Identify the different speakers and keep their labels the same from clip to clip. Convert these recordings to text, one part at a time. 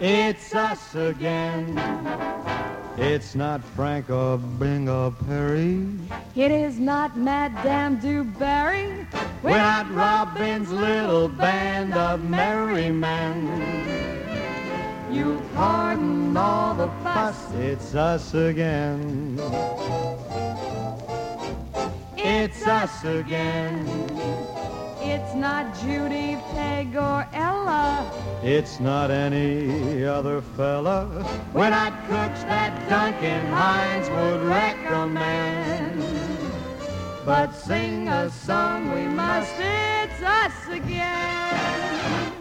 Speaker 1: It's us again. It's not Frank or Bing or Perry.
Speaker 2: It is not Madame Du Barry.
Speaker 1: We're not Robin's little band of merry men.
Speaker 2: You pardon all the fuss.
Speaker 1: It's us again. It's us again.
Speaker 2: It's not Judy, Peg, or Ella.
Speaker 1: It's not any other fella. We're not cooks that Duncan Hines would recommend. But sing a song we must.
Speaker 2: It's us again.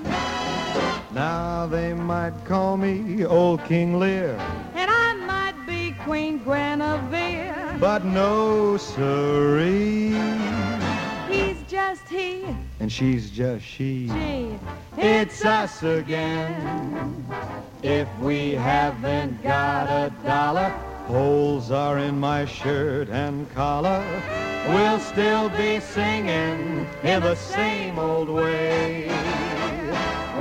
Speaker 1: Now they might call me Old King Lear.
Speaker 2: And I might be Queen Guinevere.
Speaker 1: But no siree.
Speaker 2: He's just he,
Speaker 1: And she's just she.
Speaker 2: she.
Speaker 1: It's us again. If we haven't got a dollar, holes are in my shirt and collar. We'll still be singing in the same old way.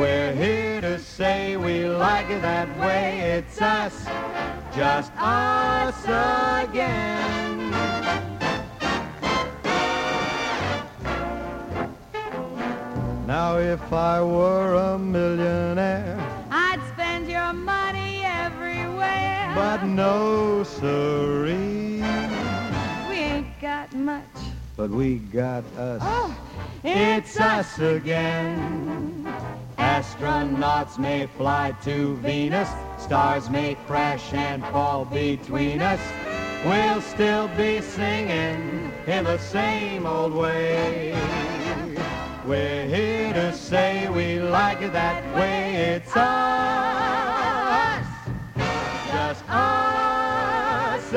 Speaker 1: We're here to say we like it that way. It's us, just us again. Now if I were a millionaire,
Speaker 2: I'd spend your money everywhere.
Speaker 1: but no siree.
Speaker 2: we ain't got much.
Speaker 1: But we got us.
Speaker 2: Oh,
Speaker 1: It's us again. Astronauts may fly to Venus. Stars may crash and fall between us. We'll still be singing in the same old way. We're here to say we like it that way. It's us. Just us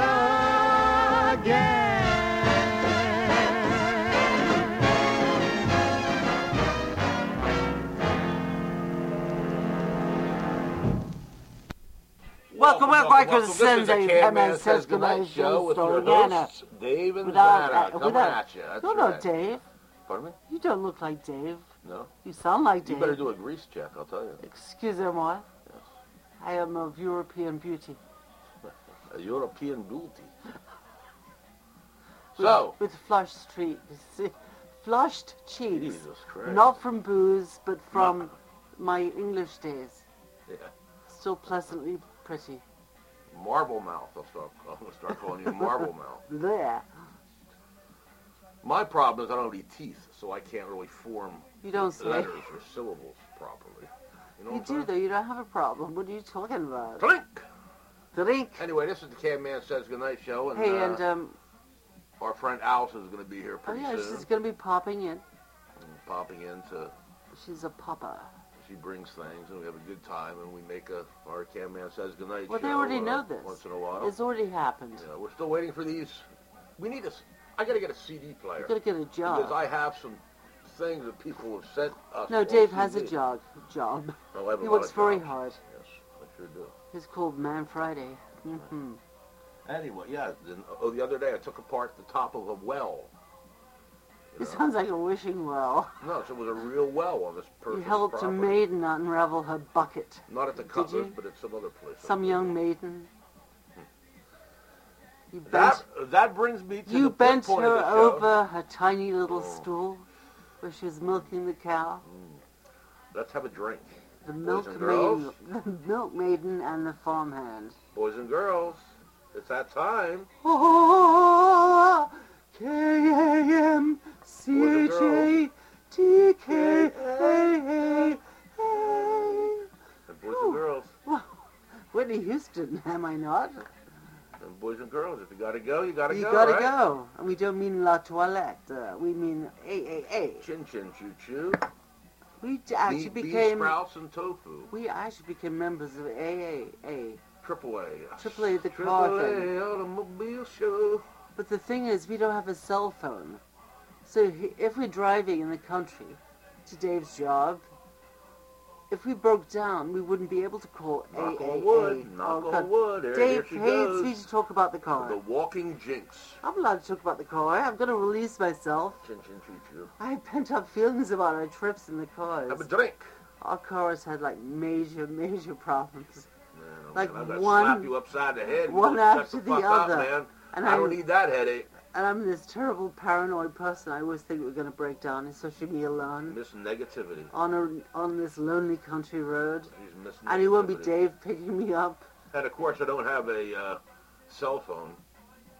Speaker 1: again.
Speaker 3: Welcome, welcome, I could
Speaker 4: This is
Speaker 3: send
Speaker 4: the
Speaker 3: a
Speaker 4: Caveman Says
Speaker 3: MSS
Speaker 4: Goodnight show with your
Speaker 3: Dana.
Speaker 4: hosts, Dave and
Speaker 3: Without,
Speaker 4: Zana.
Speaker 3: uh,
Speaker 4: Coming
Speaker 3: without-
Speaker 4: at you. That's
Speaker 3: No, no,
Speaker 4: right.
Speaker 3: Dave.
Speaker 4: Pardon me?
Speaker 3: You don't look like Dave.
Speaker 4: No.
Speaker 3: You sound like
Speaker 4: You
Speaker 3: Dave.
Speaker 4: better do a grease check, I'll tell you.
Speaker 3: Excusez-moi. I am of European beauty.
Speaker 4: A European beauty. So,
Speaker 3: With flushed cheeks. Flushed cheeks.
Speaker 4: Jesus Christ.
Speaker 3: Not from booze, but from my English days.
Speaker 4: Yeah.
Speaker 3: Still pleasantly pretty.
Speaker 4: Marble Mouth. I'll start, I'm going to start calling you Marble Mouth.
Speaker 3: There.
Speaker 4: My problem is I don't have any teeth, so I can't really form
Speaker 3: You don't say.
Speaker 4: letters or syllables properly. You know
Speaker 3: You
Speaker 4: what
Speaker 3: do,
Speaker 4: I'm
Speaker 3: though. You don't have a problem. What are you talking about?
Speaker 4: saying? Drink!
Speaker 3: Drink.
Speaker 4: Anyway, this is the Caveman Says Goodnight show, and,
Speaker 3: Hey,
Speaker 4: uh,
Speaker 3: and, um,
Speaker 4: our friend Alice is going to be here
Speaker 3: oh,
Speaker 4: pretty
Speaker 3: yeah,
Speaker 4: soon.
Speaker 3: she's going to be popping in.
Speaker 4: Popping in to
Speaker 3: She's a popper.
Speaker 4: She brings things, and we have a good time, and we make a our cameraman says goodnight.
Speaker 3: Well, they
Speaker 4: show,
Speaker 3: already
Speaker 4: uh,
Speaker 3: know this.
Speaker 4: Once in a while,
Speaker 3: It's already happened.
Speaker 4: yeah, we're still waiting for these. We need this. I got to get a CD player
Speaker 3: You've got to get a
Speaker 4: because
Speaker 3: job.
Speaker 4: I have some things that people have sent us.
Speaker 3: No,
Speaker 4: on
Speaker 3: Dave has a
Speaker 4: CD.
Speaker 3: job. Job.
Speaker 4: Oh, I have a
Speaker 3: He
Speaker 4: lot
Speaker 3: works
Speaker 4: of
Speaker 3: very
Speaker 4: jobs.
Speaker 3: hard.
Speaker 4: Yes, I sure do.
Speaker 3: It's called Man Friday. hmm
Speaker 4: Anyway, yeah. Then, oh, the other day I took apart the top of a well.
Speaker 3: It sounds like a wishing well.
Speaker 4: No, so it was a real well on this
Speaker 3: You
Speaker 4: person's
Speaker 3: helped a
Speaker 4: property.
Speaker 3: maiden unravel her bucket.
Speaker 4: Not at the
Speaker 3: Did
Speaker 4: Cutler's,
Speaker 3: you?
Speaker 4: but at some other place.
Speaker 3: Some young maiden. You bent,
Speaker 4: Hmm. That that brings me to the
Speaker 3: you
Speaker 4: good
Speaker 3: bent
Speaker 4: point of
Speaker 3: her
Speaker 4: the show. Oh.
Speaker 3: over her tiny little stool where she was milking the cow.
Speaker 4: Let's have a drink.
Speaker 3: The
Speaker 4: Boys and
Speaker 3: milkmaiden, the milkmaiden and the farmhand.
Speaker 4: Boys and girls, it's that time.
Speaker 3: Oh, K A M C H A T K A A.
Speaker 4: And boys and girls,
Speaker 3: Whitney Houston, am I not?
Speaker 4: and boys and girls, if you gotta go, you gotta
Speaker 3: You
Speaker 4: go.
Speaker 3: gotta
Speaker 4: right?
Speaker 3: go. And we don't mean la toilette. Uh, we mean AAA.
Speaker 4: Chin chin choo choo.
Speaker 3: We d-
Speaker 4: Bee,
Speaker 3: actually
Speaker 4: bee
Speaker 3: became
Speaker 4: sprouts and tofu.
Speaker 3: we actually became members of AAA.
Speaker 4: Triple A.
Speaker 3: Triple A, the
Speaker 4: Triple
Speaker 3: car thing.
Speaker 4: A automobile show.
Speaker 3: But the thing is, we don't have a cell phone. So he- if we're driving in the country to Dave's job, if we broke down, we wouldn't be able to call
Speaker 4: Knock
Speaker 3: AAA.
Speaker 4: on wood.
Speaker 3: Oh,
Speaker 4: Knock
Speaker 3: God.
Speaker 4: on wood. There, here
Speaker 3: Dave
Speaker 4: she
Speaker 3: hates me
Speaker 4: goes.
Speaker 3: to talk about the car.
Speaker 4: The walking jinx.
Speaker 3: I'm allowed to talk about the car. I'm going to release myself.
Speaker 4: Chin chin choo choo.
Speaker 3: I have pent up feelings about our trips in the cars.
Speaker 4: Have a drink.
Speaker 3: Our cars had like major, major problems.
Speaker 4: Man, oh,
Speaker 3: Like
Speaker 4: man, I gotta
Speaker 3: one-
Speaker 4: slap you upside the head. and
Speaker 3: one
Speaker 4: go shut
Speaker 3: after
Speaker 4: the,
Speaker 3: the
Speaker 4: fuck
Speaker 3: other.
Speaker 4: Up, man.
Speaker 3: And
Speaker 4: I don't
Speaker 3: I'm-
Speaker 4: need that headache.
Speaker 3: And I'm this terrible paranoid person. I always think we're going to break down, especially me alone,
Speaker 4: Miss negativity.
Speaker 3: on a, on this lonely country road.
Speaker 4: He's Miss
Speaker 3: And it won't be
Speaker 4: Negativity.
Speaker 3: Dave picking me up.
Speaker 4: And of course, I don't have a uh, cell phone,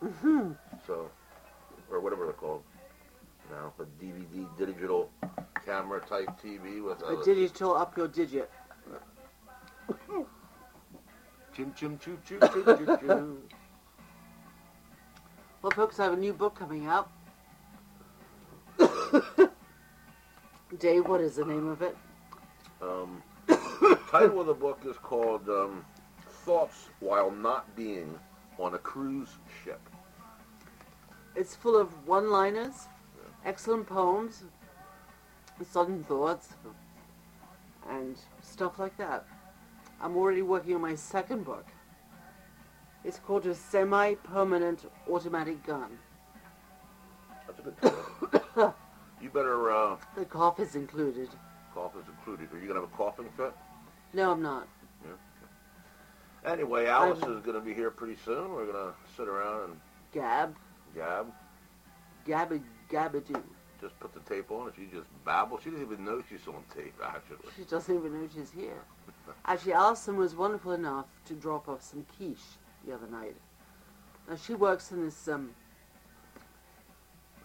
Speaker 3: Mhm.
Speaker 4: so or whatever they're called now, a DVD digital camera type TV with
Speaker 3: But
Speaker 4: a
Speaker 3: did you tool up your digit?
Speaker 4: chim chim choo choo choo choo choo.
Speaker 3: Well, folks, I have a new book coming out. Dave, what is the name of it?
Speaker 4: Um, title of the book is called um, "Thoughts While Not Being on a Cruise Ship."
Speaker 3: It's full of one-liners, excellent poems, sudden thoughts, and stuff like that. I'm already working on my second book. It's called A Semi-Permanent Automatic Gun.
Speaker 4: That's a good title. you better uh,
Speaker 3: The cough is included.
Speaker 4: cough is included. Are you gonna have a coughing fit?
Speaker 3: No, I'm not.
Speaker 4: Anyway, Alice
Speaker 3: I'm-
Speaker 4: is gonna be here pretty soon. We're gonna sit around and
Speaker 3: Gab,
Speaker 4: gab.
Speaker 3: gabba, gabadoo.
Speaker 4: just put the tape on and she just babbled. She didn't even know she's on tape, actually.
Speaker 3: She doesn't even know she's here. Actually, Alison was wonderful enough to drop off some quiche the other night. Now she works in this um,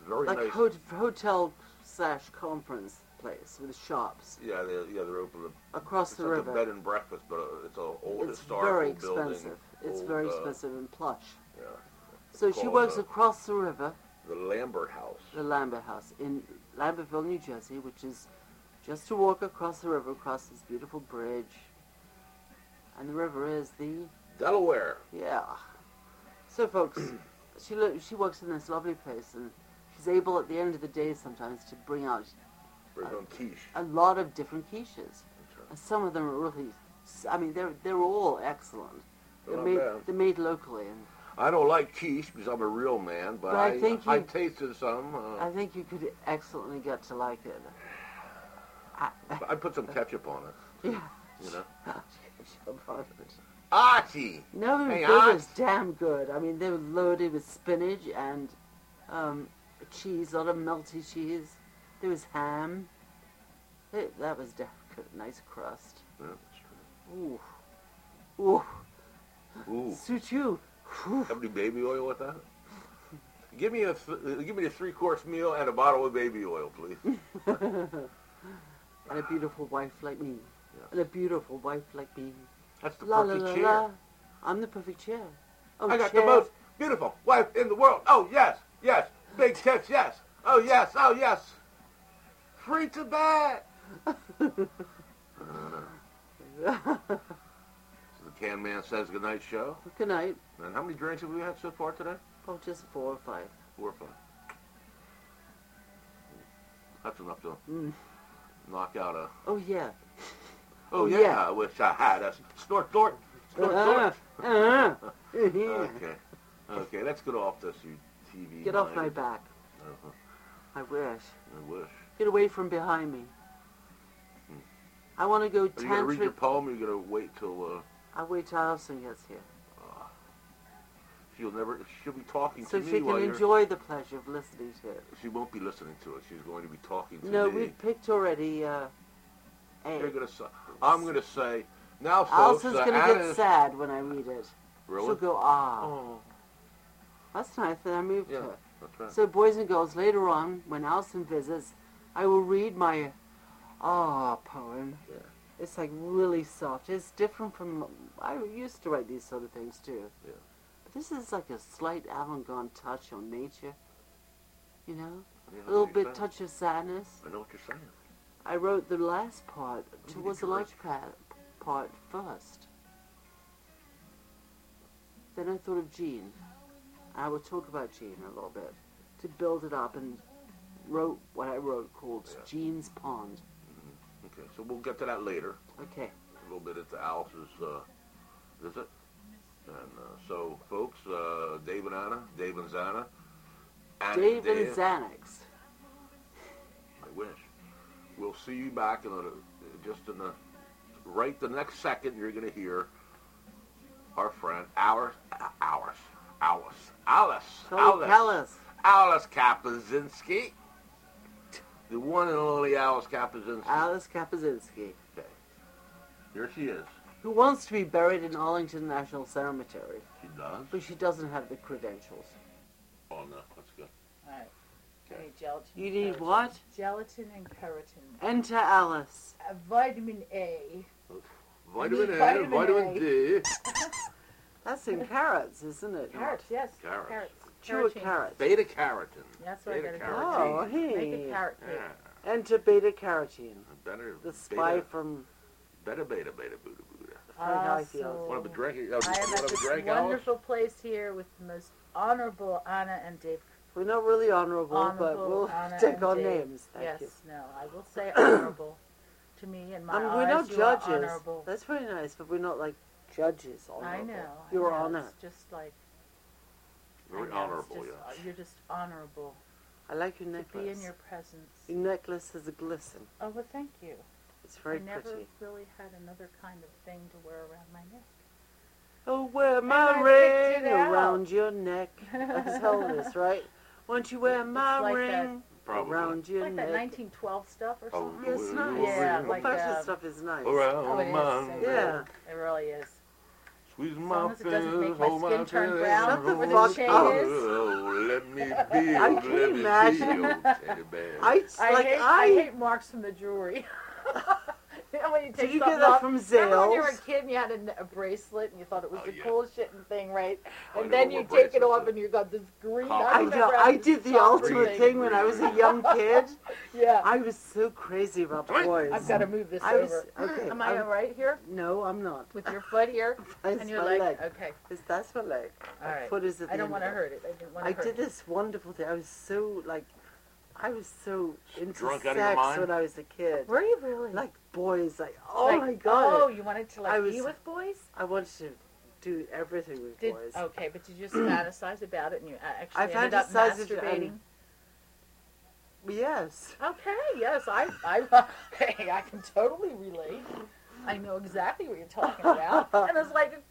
Speaker 4: Very
Speaker 3: like
Speaker 4: nice.
Speaker 3: ho- hotel slash conference place with shops
Speaker 4: yeah, they, yeah, they're open. to-
Speaker 3: across
Speaker 4: It's
Speaker 3: the
Speaker 4: like a
Speaker 3: river.
Speaker 4: bed and breakfast, but uh, it's an old
Speaker 3: It's
Speaker 4: historical
Speaker 3: very
Speaker 4: building.
Speaker 3: expensive. It's
Speaker 4: old,
Speaker 3: very
Speaker 4: uh,
Speaker 3: expensive and plush.
Speaker 4: Yeah,
Speaker 3: So she
Speaker 4: called,
Speaker 3: works
Speaker 4: uh,
Speaker 3: across the river,
Speaker 4: the Lambert House.
Speaker 3: the Lambert House in Lambertville, New Jersey, which is just to walk across the river, across this beautiful bridge. And the river is the
Speaker 4: Delaware.
Speaker 3: Yeah. So, folks, she lo- she works in this lovely place, and she's able at the end of the day sometimes to bring out
Speaker 4: There's no quiche.
Speaker 3: a lot of different quiches.
Speaker 4: That's right.
Speaker 3: And some of them are really, s- I mean, they're they're all excellent. They're
Speaker 4: Not
Speaker 3: made
Speaker 4: bad.
Speaker 3: they're made locally, and
Speaker 4: I don't like quiche because I'm a real man, but,
Speaker 3: But I think
Speaker 4: I
Speaker 3: you-
Speaker 4: tasted some. Uh,
Speaker 3: I think you could excellently get to like it. I,
Speaker 4: I put some ketchup on it,
Speaker 3: yeah.
Speaker 4: you know.
Speaker 3: no,
Speaker 4: Archie! Hey,
Speaker 3: it
Speaker 4: I-
Speaker 3: was damn good. I mean, they were loaded with spinach and um, cheese, a lot of melty cheese. There was ham. It, that was damn good. Nice crust.
Speaker 4: Yeah, that's
Speaker 3: Ooh. Ooh.
Speaker 4: true. Ooh.
Speaker 3: Suit you. Whew.
Speaker 4: Have any baby oil with that? Give me a th- uh, give me a three course meal and a bottle of baby oil, please.
Speaker 3: And a beautiful wife like me.
Speaker 4: Yeah.
Speaker 3: And a beautiful wife like me.
Speaker 4: That's the
Speaker 3: La la
Speaker 4: perfect
Speaker 3: la
Speaker 4: chair.
Speaker 3: la. I'm the perfect chair. Oh,
Speaker 4: I got
Speaker 3: chair.
Speaker 4: the most beautiful wife in the world. Oh yes, yes, big tits, yes. Oh yes, oh yes. Free to bed. So the Can Man says goodnight show.
Speaker 3: Good night.
Speaker 4: And how many drinks have we had so far today?
Speaker 3: Oh, just four or five.
Speaker 4: Four or five. That's enough to
Speaker 3: Mm.
Speaker 4: knock out a.
Speaker 3: Oh, yeah.
Speaker 4: Oh
Speaker 3: Oh,
Speaker 4: yeah,
Speaker 3: yeah.
Speaker 4: I wish I had a snort dort. Snort dort.
Speaker 3: Uh, uh, yeah.
Speaker 4: Okay. Okay, let's get off this, you TV.
Speaker 3: Get off my
Speaker 4: minded-
Speaker 3: back.
Speaker 4: Uh-huh,
Speaker 3: I wish.
Speaker 4: I wish.
Speaker 3: Get away from behind me. I want to go
Speaker 4: Hmm. Are you going to read your
Speaker 3: tantric.
Speaker 4: poem or are you going to wait till uh,
Speaker 3: I'll wait till Alison gets here.
Speaker 4: she'll never, she'll be talking
Speaker 3: So
Speaker 4: to me
Speaker 3: she
Speaker 4: while
Speaker 3: can
Speaker 4: you're-
Speaker 3: enjoy the pleasure of listening to it.
Speaker 4: She won't be listening to it. She's going to be talking to
Speaker 3: No,
Speaker 4: me.
Speaker 3: we picked already uh, A.
Speaker 4: You're gonna say, I'm going to say, now folks,
Speaker 3: Alison's
Speaker 4: uh,
Speaker 3: going to
Speaker 4: Anna
Speaker 3: get
Speaker 4: is-
Speaker 3: sad when I read it.
Speaker 4: Really?
Speaker 3: She'll go, ah.
Speaker 4: oh,
Speaker 3: That's nice that I moved
Speaker 4: yeah,
Speaker 3: her.
Speaker 4: that's right.
Speaker 3: So, boys and girls, later on, when Alison visits, I will read my ah poem.
Speaker 4: Yeah.
Speaker 3: It's like really soft. It's different from I used to write these sort of things too.
Speaker 4: Yeah.
Speaker 3: But this is like a slight avant-garde touch on nature. You know,
Speaker 4: Yeah, I know
Speaker 3: a little
Speaker 4: what you're
Speaker 3: bit
Speaker 4: saying.
Speaker 3: touch of sadness.
Speaker 4: I know what you're saying.
Speaker 3: I wrote the last part
Speaker 4: you
Speaker 3: towards the
Speaker 4: great.
Speaker 3: last part, part first. Then I thought of Jean. I will talk about Jean a little bit to build it up and wrote what I wrote called
Speaker 4: Yeah.
Speaker 3: Jean's Pond.
Speaker 4: Okay, so we'll get to that later.
Speaker 3: Okay.
Speaker 4: a little bit at the Alice's uh, visit. And uh, so, folks, uh, Dave and Anna, Dave and Zana, Anna
Speaker 3: Dave
Speaker 4: Dan,
Speaker 3: and Xanax.
Speaker 4: I wish. We'll see you back in a, just in the right the next second, you're going to hear our friend Alice, Alice, Alice, Alice,
Speaker 3: So tell us.
Speaker 4: Alice Kapazinski, the one and only Alice Kapazinski.
Speaker 3: Alice Kapazinski,
Speaker 4: Here she is.
Speaker 3: who wants to be buried in Arlington National Cemetery,
Speaker 4: She does.
Speaker 3: but she doesn't have the credentials.
Speaker 4: Oh no, let's go.
Speaker 5: All right. I
Speaker 4: Okay.
Speaker 5: need gelatin.
Speaker 3: You
Speaker 5: and
Speaker 3: need
Speaker 5: keratin.
Speaker 3: what?
Speaker 5: Gelatin and keratin.
Speaker 3: Enter Alice.
Speaker 5: Uh, vitamin A.
Speaker 4: Vitamin A,
Speaker 5: Vitamin
Speaker 4: vitamin
Speaker 5: A.
Speaker 4: D.
Speaker 3: That's in carrots, isn't it?
Speaker 5: Carrots, yes.
Speaker 4: Carrots.
Speaker 3: Chew a
Speaker 5: Keratin.
Speaker 3: carrot.
Speaker 4: Beta carotene.
Speaker 5: That's what I
Speaker 4: Beta
Speaker 5: gotta do.
Speaker 4: carotene.
Speaker 3: Oh, hey.
Speaker 5: Make a carrot cake.
Speaker 4: Yeah,
Speaker 3: Enter beta carotene,
Speaker 4: better.
Speaker 3: the spy
Speaker 4: Beta,
Speaker 3: from
Speaker 4: beta, beta, beta, Buddha, Buddha.
Speaker 3: how I
Speaker 5: Also,
Speaker 3: feel.
Speaker 4: Want to be drinking? Uh,
Speaker 5: Oh. I am
Speaker 4: want
Speaker 5: at
Speaker 4: to
Speaker 5: this
Speaker 4: be drinking?
Speaker 5: wonderful place here with the most honorable Anna and Dave.
Speaker 3: We're not really honorable, but
Speaker 5: Honorable
Speaker 3: we'll
Speaker 5: Honor
Speaker 3: take
Speaker 5: and
Speaker 3: our
Speaker 5: Dave.
Speaker 3: names. Thank
Speaker 5: yes,
Speaker 3: you.
Speaker 5: no, I will say honorable to me and my
Speaker 3: I mean,
Speaker 5: eyes.
Speaker 3: we're not
Speaker 5: you are
Speaker 3: judges.
Speaker 5: honorable.
Speaker 3: That's very nice, but we're not like judges.
Speaker 5: I
Speaker 3: Honorable.
Speaker 5: know.
Speaker 3: You're
Speaker 5: I know,
Speaker 3: honor.
Speaker 5: It's just like I
Speaker 4: Very
Speaker 5: know, it's
Speaker 4: honorable,
Speaker 5: just-
Speaker 4: yes.
Speaker 5: You're just honorable
Speaker 3: I like your
Speaker 5: to be
Speaker 3: necklace.
Speaker 5: in your presence.
Speaker 3: Your necklace has a glisten.
Speaker 5: Oh well, thank you.
Speaker 3: It's very
Speaker 5: I never
Speaker 3: pretty.
Speaker 5: really had another kind of thing to wear around my neck.
Speaker 3: Oh, wear
Speaker 5: I
Speaker 3: my
Speaker 5: picked
Speaker 3: ring
Speaker 5: it out.
Speaker 3: around your neck. That's Elvis, right? Won't you wear
Speaker 5: It's
Speaker 3: my
Speaker 5: like that-
Speaker 3: ring
Speaker 4: Probably.
Speaker 3: around your
Speaker 5: like that
Speaker 3: neck?
Speaker 5: 1912 stuff or
Speaker 4: Oh,
Speaker 5: something.
Speaker 3: Yeah, it's nice.
Speaker 5: Yeah,
Speaker 3: Old
Speaker 5: like,
Speaker 3: fashioned
Speaker 5: um,
Speaker 3: stuff is nice.
Speaker 4: Around
Speaker 5: Oh, it is.
Speaker 4: my
Speaker 5: It
Speaker 4: neck.
Speaker 3: Yeah.
Speaker 5: is. It really is.
Speaker 4: Squeeze
Speaker 5: As
Speaker 4: my
Speaker 5: long as it doesn't make
Speaker 4: fingers,
Speaker 5: my
Speaker 4: hold my
Speaker 5: skin turn
Speaker 4: fingers,
Speaker 5: brown
Speaker 4: hold
Speaker 3: Shut the
Speaker 4: my
Speaker 3: fuck
Speaker 4: fingers.
Speaker 3: up.
Speaker 4: Oh, let me be,
Speaker 3: I
Speaker 4: let
Speaker 3: can
Speaker 4: me be,
Speaker 3: imagine.
Speaker 4: oh, teddy bear.
Speaker 3: I
Speaker 5: I,
Speaker 3: like
Speaker 5: hate, I,
Speaker 3: I.
Speaker 5: hate marks from the jewelry. you know when you
Speaker 3: did
Speaker 5: take
Speaker 3: you
Speaker 5: something
Speaker 3: get that
Speaker 5: off-
Speaker 3: from
Speaker 5: Remember when you were a
Speaker 3: Zales?
Speaker 5: kid and you had a, n- a bracelet and you thought it was
Speaker 4: Oh,
Speaker 5: the
Speaker 4: yeah.
Speaker 5: coolest shit and thing, right?
Speaker 4: I
Speaker 5: And
Speaker 4: know
Speaker 5: then
Speaker 4: what
Speaker 5: you take it
Speaker 4: bracelets
Speaker 5: off
Speaker 4: are.
Speaker 5: and you got this green.
Speaker 4: Copper.
Speaker 5: I,
Speaker 3: I,
Speaker 5: remember
Speaker 3: know,
Speaker 5: having
Speaker 3: I
Speaker 5: this
Speaker 3: did the
Speaker 5: copper
Speaker 3: ultimate
Speaker 4: thing.
Speaker 3: thing when I was a young kid.
Speaker 5: Yeah,
Speaker 3: I was so crazy about
Speaker 4: Come on.
Speaker 3: boys.
Speaker 5: I've got to move this
Speaker 3: I was-
Speaker 5: over.
Speaker 3: okay,
Speaker 5: Am I
Speaker 3: I'm-
Speaker 5: all right here
Speaker 3: No, I'm not.
Speaker 5: with your foot here
Speaker 3: That's
Speaker 5: and uh, your
Speaker 3: my
Speaker 5: leg?
Speaker 3: leg.
Speaker 5: Okay,
Speaker 3: It's that's my leg.
Speaker 5: all right.
Speaker 3: Foot is at the
Speaker 5: I don't
Speaker 3: end
Speaker 5: want to
Speaker 3: of it.
Speaker 5: hurt it. I didn't want
Speaker 3: I
Speaker 5: to hurt.
Speaker 3: did
Speaker 5: it.
Speaker 3: this wonderful thing. I was so like, I was so into
Speaker 4: Drunk out
Speaker 3: sex
Speaker 4: of your mind?
Speaker 3: when I was a kid.
Speaker 5: Were you really?
Speaker 3: Like boys, like oh
Speaker 5: Like,
Speaker 3: my god,
Speaker 5: Oh, you wanted to
Speaker 3: I
Speaker 5: like be
Speaker 3: was-
Speaker 5: with boys?
Speaker 3: I wanted to do everything with
Speaker 5: Did, oh.
Speaker 3: boys.
Speaker 5: okay, but did you just fantasize about it and you a- actually
Speaker 3: I
Speaker 5: ended up
Speaker 3: fantasized it
Speaker 5: masturbating?
Speaker 3: and- Yes,
Speaker 5: Okay, yes, I, I, hey, I can totally relate. I know exactly what you're talking about, and it's like,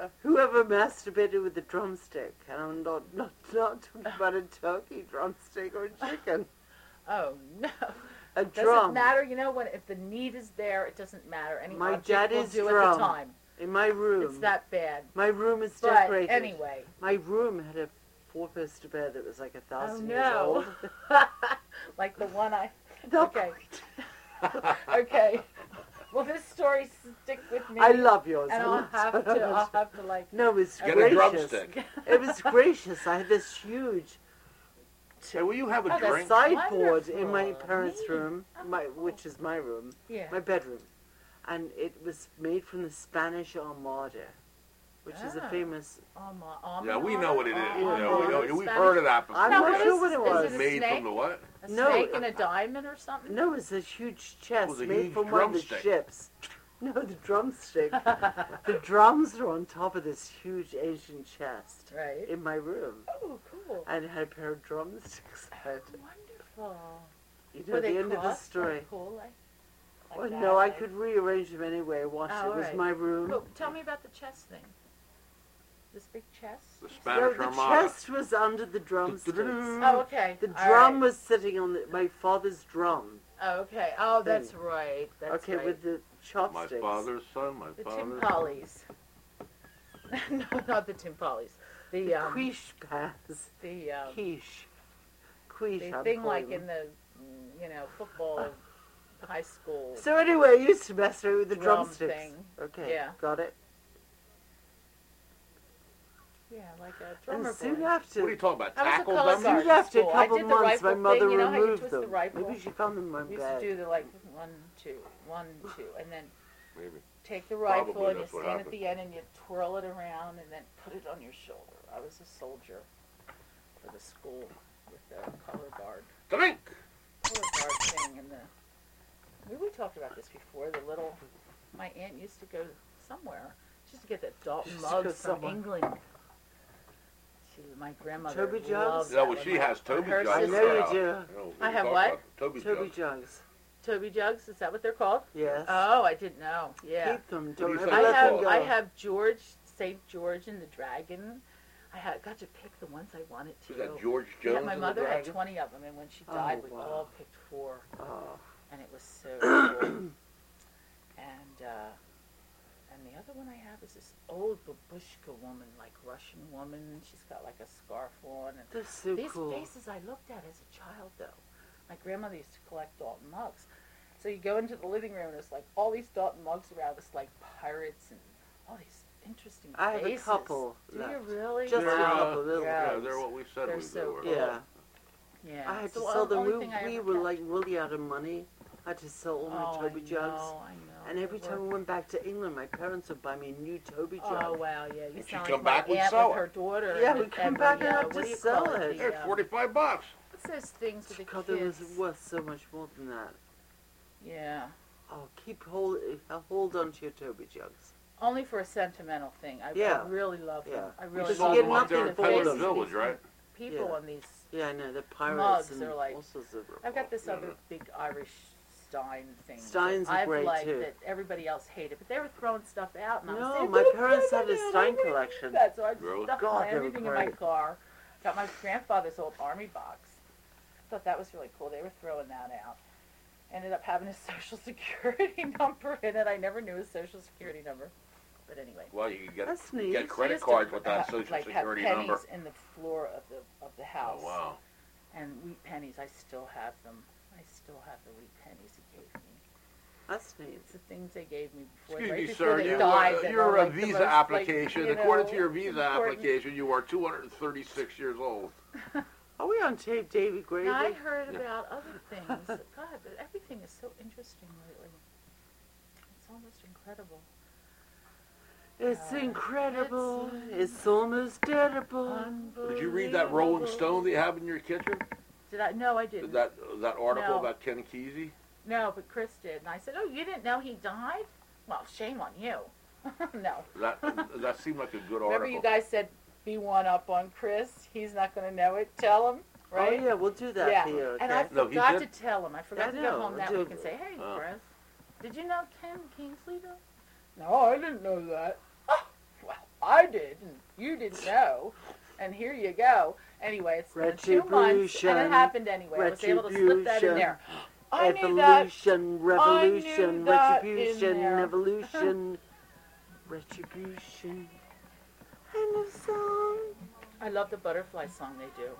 Speaker 5: Oh.
Speaker 3: whoever masturbated with a drumstick, and I'm not not not talking about a turkey drumstick or a chicken,
Speaker 5: oh no,
Speaker 3: a
Speaker 5: doesn't
Speaker 3: drum.
Speaker 5: matter. You know what? If the need is there, it doesn't matter. Any
Speaker 3: My
Speaker 5: object
Speaker 3: daddy's
Speaker 5: will do at
Speaker 3: drum.
Speaker 5: the time.
Speaker 3: In my room,
Speaker 5: It's that bad.
Speaker 3: my room is
Speaker 5: But
Speaker 3: decorated.
Speaker 5: anyway,
Speaker 3: my room had a four-poster bed that was like a
Speaker 5: oh
Speaker 3: thousand years
Speaker 5: no,
Speaker 3: old.
Speaker 5: like the one I.
Speaker 3: No,
Speaker 5: Okay, okay. Will this story stick with me?
Speaker 3: I love yours.
Speaker 5: and
Speaker 3: I
Speaker 5: I'll
Speaker 3: love
Speaker 5: have
Speaker 3: yours.
Speaker 5: to. uh, I'll have to like.
Speaker 3: No, it was
Speaker 4: Get a
Speaker 3: gracious.
Speaker 4: drumstick.
Speaker 3: It was gracious. I had this huge
Speaker 4: Hey, will you have a
Speaker 5: Oh, that's
Speaker 4: drink?
Speaker 3: sideboard in my
Speaker 5: Wonderful.
Speaker 3: parents'
Speaker 5: Neat.
Speaker 3: room, my
Speaker 5: Oh.
Speaker 3: which is my room,
Speaker 5: Yeah.
Speaker 3: my bedroom, and it was made from the Spanish Armada, which is a
Speaker 5: Ah.
Speaker 3: famous.
Speaker 5: Alma- alma-
Speaker 4: Yeah, we know what it is.
Speaker 5: alma-
Speaker 4: You know, we
Speaker 5: alma-
Speaker 4: know, we've
Speaker 5: Oh, Spanish-
Speaker 4: heard of that before.
Speaker 3: I'm
Speaker 5: No,
Speaker 3: not
Speaker 5: what
Speaker 3: sure
Speaker 5: is-
Speaker 3: what it
Speaker 5: is
Speaker 3: was.
Speaker 5: it a
Speaker 4: Made
Speaker 5: snake?
Speaker 4: from the what?
Speaker 5: A
Speaker 3: No.
Speaker 5: snake and a diamond or something?
Speaker 3: No, it's a huge chest
Speaker 4: was a
Speaker 3: made
Speaker 4: huge
Speaker 3: from one of the
Speaker 4: drumstick.
Speaker 3: ships. No, the drumstick. the drums were on top of this huge ancient chest
Speaker 5: Right.
Speaker 3: in my room,
Speaker 5: Oh, cool.
Speaker 3: and it had a pair of drumsticks. on it.
Speaker 5: Wonderful.
Speaker 3: You know, the end of the
Speaker 5: crossed or
Speaker 3: story.
Speaker 5: Cool, like, like
Speaker 3: Well,
Speaker 5: that,
Speaker 3: no, I
Speaker 5: like-
Speaker 3: could rearrange them anyway. I watched
Speaker 5: Oh,
Speaker 3: it was
Speaker 5: alright.
Speaker 3: my room.
Speaker 5: Oh, tell me about the chest thing. This big chest.
Speaker 4: The
Speaker 3: No,
Speaker 4: Spanish
Speaker 3: the
Speaker 4: Armada.
Speaker 3: chest was under the drumsticks.
Speaker 4: Du-du-du.
Speaker 5: Oh, okay.
Speaker 3: Mm-hmm. The
Speaker 5: All
Speaker 3: drum
Speaker 5: right.
Speaker 3: was sitting on the, my father's drum.
Speaker 5: Oh, okay. Oh, that's right. That's
Speaker 3: okay,
Speaker 5: right.
Speaker 3: with the
Speaker 4: My
Speaker 3: chopsticks.
Speaker 4: father's son, my
Speaker 5: the
Speaker 4: father's
Speaker 5: timpalis. no, not the timpalis. The
Speaker 3: The
Speaker 5: um,
Speaker 3: quiche pans.
Speaker 5: the um,
Speaker 3: Quiche. Quiche.
Speaker 5: the
Speaker 3: I'm
Speaker 5: thing
Speaker 3: calling
Speaker 5: like in the mm, you know football high school.
Speaker 3: them. So anyway, I used to mess around with the
Speaker 5: Drum
Speaker 3: drumsticks.
Speaker 5: thing.
Speaker 3: Okay,
Speaker 5: Yeah.
Speaker 3: got it.
Speaker 5: yeah, like a
Speaker 3: And
Speaker 5: drummer
Speaker 3: soon
Speaker 5: boy.
Speaker 3: after,
Speaker 4: What are you talking about?
Speaker 5: I was a
Speaker 4: Tackle
Speaker 5: color
Speaker 4: them?
Speaker 5: guard.
Speaker 3: soon after a
Speaker 5: School. I
Speaker 3: couple
Speaker 5: did the
Speaker 3: months, my
Speaker 5: rifle
Speaker 3: mother
Speaker 5: thing, you know how you
Speaker 3: removed
Speaker 5: twist the
Speaker 3: them.
Speaker 5: rifle?
Speaker 3: Maybe she found them in my
Speaker 5: We used to
Speaker 3: bag.
Speaker 5: do the like one, two, one, two, and then
Speaker 4: Maybe.
Speaker 5: take the rifle
Speaker 4: Probably
Speaker 5: and you
Speaker 4: that's what
Speaker 5: stand at the end and you twirl it around and then put it on your shoulder. I was a soldier for the school with the color guard,
Speaker 4: Drink!
Speaker 5: color guard thing, and the we we talked about this before. The little my aunt used to go somewhere. She used to get that Dalton
Speaker 3: She used to
Speaker 5: mug
Speaker 3: go
Speaker 5: from
Speaker 3: somewhere.
Speaker 5: England. She, my grandmother
Speaker 3: Toby
Speaker 5: loved
Speaker 3: Jones?
Speaker 5: that
Speaker 4: No, well,
Speaker 5: one.
Speaker 4: she has
Speaker 5: Her
Speaker 4: Toby Jones.
Speaker 3: I
Speaker 5: sister-
Speaker 3: know you do.
Speaker 4: know, we
Speaker 5: I have
Speaker 4: talked
Speaker 5: what?
Speaker 4: about Toby
Speaker 3: Toby
Speaker 4: Jones.
Speaker 3: Jugs.
Speaker 5: Toby jugs. Is that what they're called?
Speaker 3: Yes.
Speaker 5: Oh, I didn't know. Yeah.
Speaker 3: Keep them.
Speaker 4: do
Speaker 3: Don't
Speaker 4: you
Speaker 3: ever
Speaker 4: think?
Speaker 5: I
Speaker 3: let
Speaker 5: have
Speaker 3: them go.
Speaker 5: I have George Saint George and the Dragon. I had, got to pick the ones I wanted to.
Speaker 4: Is that George
Speaker 5: yeah,
Speaker 4: Jones?
Speaker 5: my
Speaker 4: and the
Speaker 5: mother had
Speaker 4: Dragon?
Speaker 5: twenty of them, and when she
Speaker 3: Oh,
Speaker 5: died, we
Speaker 3: wow.
Speaker 5: all picked four,
Speaker 3: Oh,
Speaker 5: and it was so cool. And uh, and the other one I have is this old babushka woman, like Russian woman. She's got like a scarf on, and
Speaker 3: they're so
Speaker 5: these
Speaker 3: cool.
Speaker 5: faces I looked at as a child, though. My grandmother used to collect Dalton mugs. So you go into the living room, and it's like all these Dalton mugs around us, like pirates and all these interesting
Speaker 3: I have a
Speaker 5: faces.
Speaker 3: couple
Speaker 5: Do you
Speaker 3: left.
Speaker 5: really?
Speaker 3: Just
Speaker 4: They're,
Speaker 3: a
Speaker 4: uh,
Speaker 3: couple little
Speaker 4: Yeah,
Speaker 5: ones.
Speaker 4: they're what we said
Speaker 5: They're
Speaker 4: we
Speaker 5: so
Speaker 4: were.
Speaker 3: Yeah.
Speaker 5: yeah.
Speaker 3: I had
Speaker 5: It's the
Speaker 3: to sell
Speaker 5: only
Speaker 3: them.
Speaker 5: thing I
Speaker 3: We, we
Speaker 5: ever
Speaker 3: were
Speaker 5: kept.
Speaker 3: like really out of money. I had to sell all my
Speaker 5: oh,
Speaker 3: Toby
Speaker 5: I
Speaker 3: jugs.
Speaker 5: Know, I know.
Speaker 3: And every
Speaker 5: They
Speaker 3: time I
Speaker 5: were-
Speaker 3: went back to England, my parents would buy me a new Toby jug.
Speaker 5: Oh wow, yeah. You
Speaker 4: Did she
Speaker 5: sound
Speaker 4: come
Speaker 5: like my
Speaker 4: back with
Speaker 5: aunt
Speaker 4: sew it?
Speaker 5: her daughter.
Speaker 3: Yeah,
Speaker 5: and
Speaker 3: we
Speaker 5: the-
Speaker 3: come
Speaker 5: and
Speaker 3: back
Speaker 5: the,
Speaker 3: and
Speaker 5: uh,
Speaker 3: have to
Speaker 5: what do you
Speaker 3: sell
Speaker 5: call
Speaker 3: it.
Speaker 5: The,
Speaker 4: Hey,
Speaker 5: um,
Speaker 4: forty-five bucks.
Speaker 5: What's those things with the
Speaker 3: God,
Speaker 5: kids?
Speaker 3: it was worth so much more than that.
Speaker 5: Yeah.
Speaker 3: Oh, keep hold, uh, hold on to your Toby jugs.
Speaker 5: Only for a sentimental thing. I,
Speaker 3: Yeah.
Speaker 5: I really love them.
Speaker 3: Yeah.
Speaker 5: I
Speaker 4: We
Speaker 5: really
Speaker 3: just
Speaker 5: love
Speaker 4: sold
Speaker 3: get
Speaker 4: them up
Speaker 3: nothing
Speaker 4: there
Speaker 3: to
Speaker 4: in
Speaker 5: the faces
Speaker 3: photo
Speaker 4: Pelican
Speaker 5: of
Speaker 3: them.
Speaker 4: Village,
Speaker 5: these
Speaker 4: right?
Speaker 5: People
Speaker 3: Yeah.
Speaker 5: on these.
Speaker 3: Yeah, I know, they're pirates
Speaker 5: Mugs
Speaker 3: and
Speaker 5: are like-
Speaker 3: all sorts of...
Speaker 5: I've got this
Speaker 4: Yeah,
Speaker 5: other
Speaker 4: no.
Speaker 5: big Irish Stein thing. that
Speaker 3: Steins are
Speaker 5: I've
Speaker 3: great,
Speaker 5: liked
Speaker 3: too.
Speaker 5: that everybody else hated, but they were throwing stuff out. And I was
Speaker 3: No,
Speaker 5: saying,
Speaker 3: my
Speaker 5: "Don't
Speaker 3: parents
Speaker 5: throw
Speaker 3: had a
Speaker 5: that out, I
Speaker 3: Stein
Speaker 5: wouldn't do
Speaker 3: collection.
Speaker 5: That, so I just
Speaker 4: Really?
Speaker 5: stuffed
Speaker 3: God, they were
Speaker 5: everything in my
Speaker 3: great.
Speaker 5: car. Got my grandfather's old army box. Thought that was really cool. They were throwing that out. Ended up having his social security number in it. I never knew his social security number. But anyway.
Speaker 4: Well, you could get
Speaker 3: That's
Speaker 4: you
Speaker 3: neat.
Speaker 4: could get
Speaker 5: We
Speaker 4: credit
Speaker 5: used to,
Speaker 4: cards with that
Speaker 5: uh,
Speaker 4: social
Speaker 5: like,
Speaker 4: security
Speaker 5: have
Speaker 4: number.
Speaker 5: pennies in the floor of the of the
Speaker 4: Oh
Speaker 5: house.
Speaker 4: wow.
Speaker 5: And wheat pennies, I still have them. I still have the wheat pennies he gave me.
Speaker 3: That's neat.
Speaker 5: It's the things they gave me before,
Speaker 4: Excuse
Speaker 5: right
Speaker 4: me,
Speaker 5: before
Speaker 4: sir.
Speaker 5: they
Speaker 4: You,
Speaker 5: died.
Speaker 4: uh,
Speaker 5: that
Speaker 4: your
Speaker 5: were,
Speaker 4: uh,
Speaker 5: like, the
Speaker 4: visa
Speaker 5: most, like,
Speaker 4: application,
Speaker 5: you
Speaker 4: according to
Speaker 5: know,
Speaker 4: your visa
Speaker 5: important-
Speaker 4: application, you are 236 years old.
Speaker 3: Are we on tape, Davy Gravy?
Speaker 5: Now, I heard
Speaker 4: Yeah.
Speaker 5: about other things. God, but everything is so interesting lately. It's almost incredible.
Speaker 3: It's
Speaker 5: Uh,
Speaker 3: incredible. It's, almost edible.
Speaker 4: Did you read that Rolling Stone that you have in your kitchen?
Speaker 5: Did I? No, I didn't.
Speaker 4: That that article
Speaker 5: No.
Speaker 4: about Ken Kesey?
Speaker 5: No, but Chris did, and I said, "Oh, you didn't know he died? Well, shame on you." no.
Speaker 4: That that seemed like a good
Speaker 5: Remember,
Speaker 4: article.
Speaker 5: you guys said, "Be one up on Chris. He's not going to know it. Tell him." Right?
Speaker 3: Oh, yeah, we'll do that
Speaker 5: Yeah.
Speaker 3: here, okay?
Speaker 5: And I
Speaker 4: No, he
Speaker 5: forgot to
Speaker 4: did-
Speaker 5: tell him. I
Speaker 3: I
Speaker 5: forgot to
Speaker 3: know,
Speaker 5: go home
Speaker 3: I
Speaker 5: that
Speaker 3: did.
Speaker 5: week and say, "Hey,
Speaker 4: Oh.
Speaker 5: Chris, did you know Ken Kingsleder?" No, I didn't know that. Oh, well, I did, and you didn't know, and here you go. Anyway, it's been two months, and
Speaker 3: Retribution.
Speaker 5: it happened anyway. I was able to slip that in there. I knew that.
Speaker 3: Evolution,
Speaker 5: I knew
Speaker 3: revolution,
Speaker 5: that in
Speaker 3: retribution,
Speaker 5: there.
Speaker 3: evolution, retribution. And a song.
Speaker 5: I love the butterfly song they do.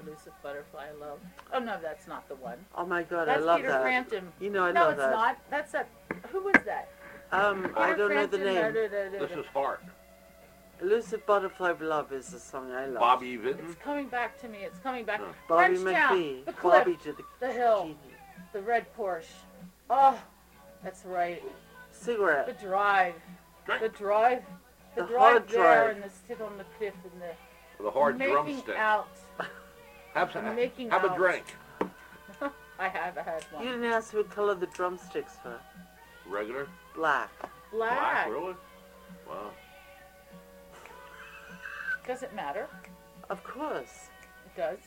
Speaker 5: Elusive butterfly, I love. Oh no, that's not the one.
Speaker 3: Oh my god,
Speaker 5: That's
Speaker 3: I love
Speaker 5: Peter
Speaker 3: that.
Speaker 5: Frampton.
Speaker 3: You know I
Speaker 5: no,
Speaker 3: love
Speaker 5: it's
Speaker 3: that.
Speaker 5: not. That's that. Who was that?
Speaker 3: Um, I
Speaker 5: Peter
Speaker 3: don't know the
Speaker 5: Frampton,
Speaker 3: name.
Speaker 5: da, da, da, da,
Speaker 4: This
Speaker 5: da.
Speaker 4: is Hart.
Speaker 3: Elusive Butterfly of Love is the song I love.
Speaker 4: Bobby Vinton.
Speaker 5: It's coming back to me. It's coming back.
Speaker 4: Huh.
Speaker 3: Bobby
Speaker 5: Frenchtown,
Speaker 3: McBee.
Speaker 5: the cliff,
Speaker 3: Bobby to the,
Speaker 5: the hill,
Speaker 3: genie.
Speaker 5: the red Porsche. Oh, that's right. The
Speaker 3: Cigarette.
Speaker 5: drive, the drive, the,
Speaker 3: The
Speaker 5: drive
Speaker 3: hard
Speaker 5: there,
Speaker 3: drive.
Speaker 5: and the sit on the cliff and the
Speaker 4: The hard
Speaker 5: making
Speaker 4: drumstick.
Speaker 5: out.
Speaker 4: Have, some-
Speaker 5: making
Speaker 4: have a
Speaker 5: out.
Speaker 4: drink.
Speaker 5: I have, I had
Speaker 3: You
Speaker 5: one.
Speaker 3: didn't ask what color the drumsticks were.
Speaker 4: Regular?
Speaker 3: Black.
Speaker 5: Black.
Speaker 4: really? Wow.
Speaker 5: Does it matter?
Speaker 3: Of course.
Speaker 5: It does.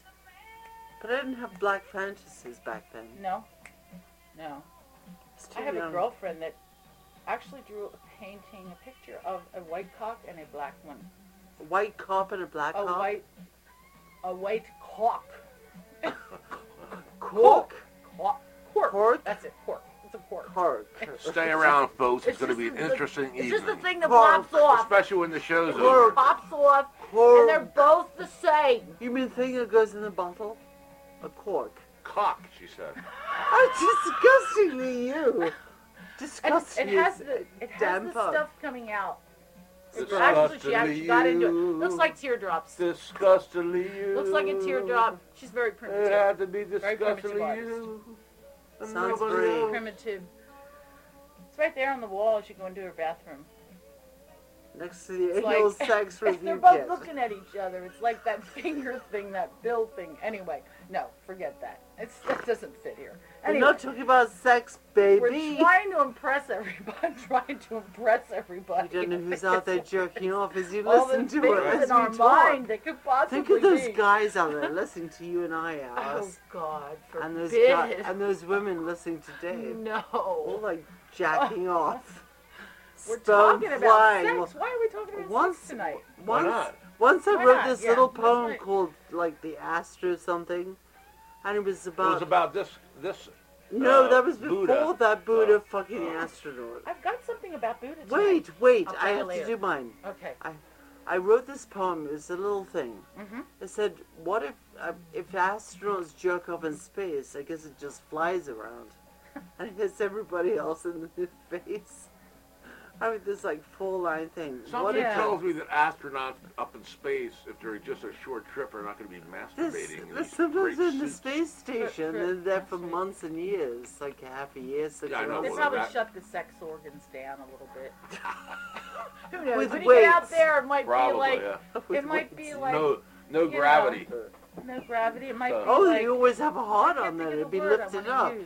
Speaker 3: But I didn't have black fantasies back then.
Speaker 5: No. No.
Speaker 3: It's
Speaker 5: I
Speaker 3: too
Speaker 5: have a
Speaker 3: young.
Speaker 5: girlfriend that actually drew a painting, a picture of a white cock and a black one.
Speaker 3: A white cop and a black
Speaker 5: A
Speaker 3: cop.
Speaker 5: white, a white cock.
Speaker 3: cork.
Speaker 5: Cock. Cork.
Speaker 3: Cork?
Speaker 5: That's it. Cork. It's a cork.
Speaker 3: Cork.
Speaker 4: Stay around, folks. It's,
Speaker 5: It's
Speaker 4: going to
Speaker 5: just
Speaker 4: be an
Speaker 5: the-
Speaker 4: interesting
Speaker 5: It's
Speaker 4: evening.
Speaker 5: just the thing that
Speaker 3: Cork.
Speaker 5: pops off.
Speaker 4: Especially when the show's
Speaker 3: Cork.
Speaker 4: over.
Speaker 5: Pops off, and they're
Speaker 3: Cork.
Speaker 5: both the same.
Speaker 3: You mean the thing that goes in the bottle? A cork.
Speaker 4: Cock, she said.
Speaker 3: Oh, disgustingly you.
Speaker 5: And it's-
Speaker 3: Disgusting.
Speaker 5: it has the it has the
Speaker 3: damn punk.
Speaker 5: stuff coming out. It's
Speaker 4: Disgustingly
Speaker 5: actually, she actually got into it. Looks like teardrops.
Speaker 4: Disgustingly you.
Speaker 5: Looks like a teardrop. She's very
Speaker 4: It
Speaker 5: primitive.
Speaker 4: had to be
Speaker 5: Very primitive
Speaker 4: disgustingly
Speaker 5: artist.
Speaker 4: you. And
Speaker 3: Sounds
Speaker 4: nobody
Speaker 3: great.
Speaker 4: else.
Speaker 5: Primitive. It's right there on the wall as you go into her bathroom.
Speaker 3: Next to the
Speaker 5: It's
Speaker 3: annual
Speaker 5: like-
Speaker 3: sex
Speaker 5: If
Speaker 3: review
Speaker 5: they're both
Speaker 3: kit.
Speaker 5: looking at each other. It's like that finger thing, that bill thing. Anyway, no, forget that. It's, that doesn't fit here.
Speaker 3: We're
Speaker 5: Anyway.
Speaker 3: not talking about sex, baby.
Speaker 5: We're trying to impress everybody. I'm trying to impress everybody.
Speaker 3: You don't know who's out there jerking off as you
Speaker 5: All
Speaker 3: listen
Speaker 5: the
Speaker 3: to
Speaker 5: things
Speaker 3: us. as
Speaker 5: in our
Speaker 3: we talk.
Speaker 5: mind that could possibly
Speaker 3: Think of those
Speaker 5: be.
Speaker 3: guys out there listening to you and I,
Speaker 5: Oh
Speaker 3: Alice.
Speaker 5: God, forbid.
Speaker 3: and those guy, and those women listening to Dave. All
Speaker 5: no. Oh.
Speaker 3: like jacking off.
Speaker 5: We're
Speaker 3: sperm
Speaker 5: talking about
Speaker 3: flying.
Speaker 5: sex. Why are we talking about
Speaker 3: Once-
Speaker 5: sex tonight?
Speaker 4: Why
Speaker 3: Once,
Speaker 4: not?
Speaker 3: once I
Speaker 5: Why
Speaker 3: wrote
Speaker 5: not?
Speaker 3: this
Speaker 5: Yeah,
Speaker 3: little
Speaker 5: that's
Speaker 3: poem
Speaker 5: right.
Speaker 3: called like the Astra something, and it was
Speaker 4: It
Speaker 3: about,
Speaker 4: was about this this
Speaker 3: no,
Speaker 4: uh,
Speaker 3: that was before
Speaker 4: Buddha.
Speaker 3: that Buddha
Speaker 4: Oh.
Speaker 3: fucking
Speaker 4: Oh.
Speaker 3: astronaut.
Speaker 5: I've got something about Buddha. tonight.
Speaker 3: Wait, wait,
Speaker 5: I'll
Speaker 3: I
Speaker 5: tell you
Speaker 3: have to
Speaker 5: later.
Speaker 3: do mine.
Speaker 5: Okay.
Speaker 3: I wrote this poem. It was a little thing.
Speaker 5: Mhm.
Speaker 3: It said, "What if uh, if astronauts jerk off in space? I guess it just flies around and hits everybody else in the face." I mean, this like four line thing. what
Speaker 4: Something
Speaker 3: if
Speaker 5: Yeah.
Speaker 4: tells me that astronauts up in space, if they're just a short trip, are not going to be
Speaker 3: This,
Speaker 4: masturbating. in
Speaker 3: this
Speaker 4: these
Speaker 3: sometimes
Speaker 4: great
Speaker 3: in the
Speaker 4: suits.
Speaker 3: space station,
Speaker 5: for-
Speaker 3: they're there for
Speaker 5: that's right.
Speaker 3: months and years, like half a year, six
Speaker 4: Yeah, I know
Speaker 5: They
Speaker 4: Well,
Speaker 5: probably
Speaker 4: that-
Speaker 5: shut the sex organs down a little bit. Who knows?
Speaker 3: With
Speaker 5: when you get out
Speaker 3: weights.
Speaker 5: there, it might
Speaker 4: Probably,
Speaker 5: be like
Speaker 4: yeah.
Speaker 5: it might be like
Speaker 4: no, no
Speaker 5: you know,
Speaker 4: gravity.
Speaker 5: no gravity. It might be
Speaker 3: Oh,
Speaker 5: like.
Speaker 3: you always have a
Speaker 5: I
Speaker 3: heart
Speaker 5: can't
Speaker 3: on
Speaker 5: think
Speaker 3: then.
Speaker 5: of
Speaker 3: It'd
Speaker 5: the
Speaker 3: be
Speaker 5: word I
Speaker 3: lifted
Speaker 5: wanna
Speaker 3: up.
Speaker 5: use.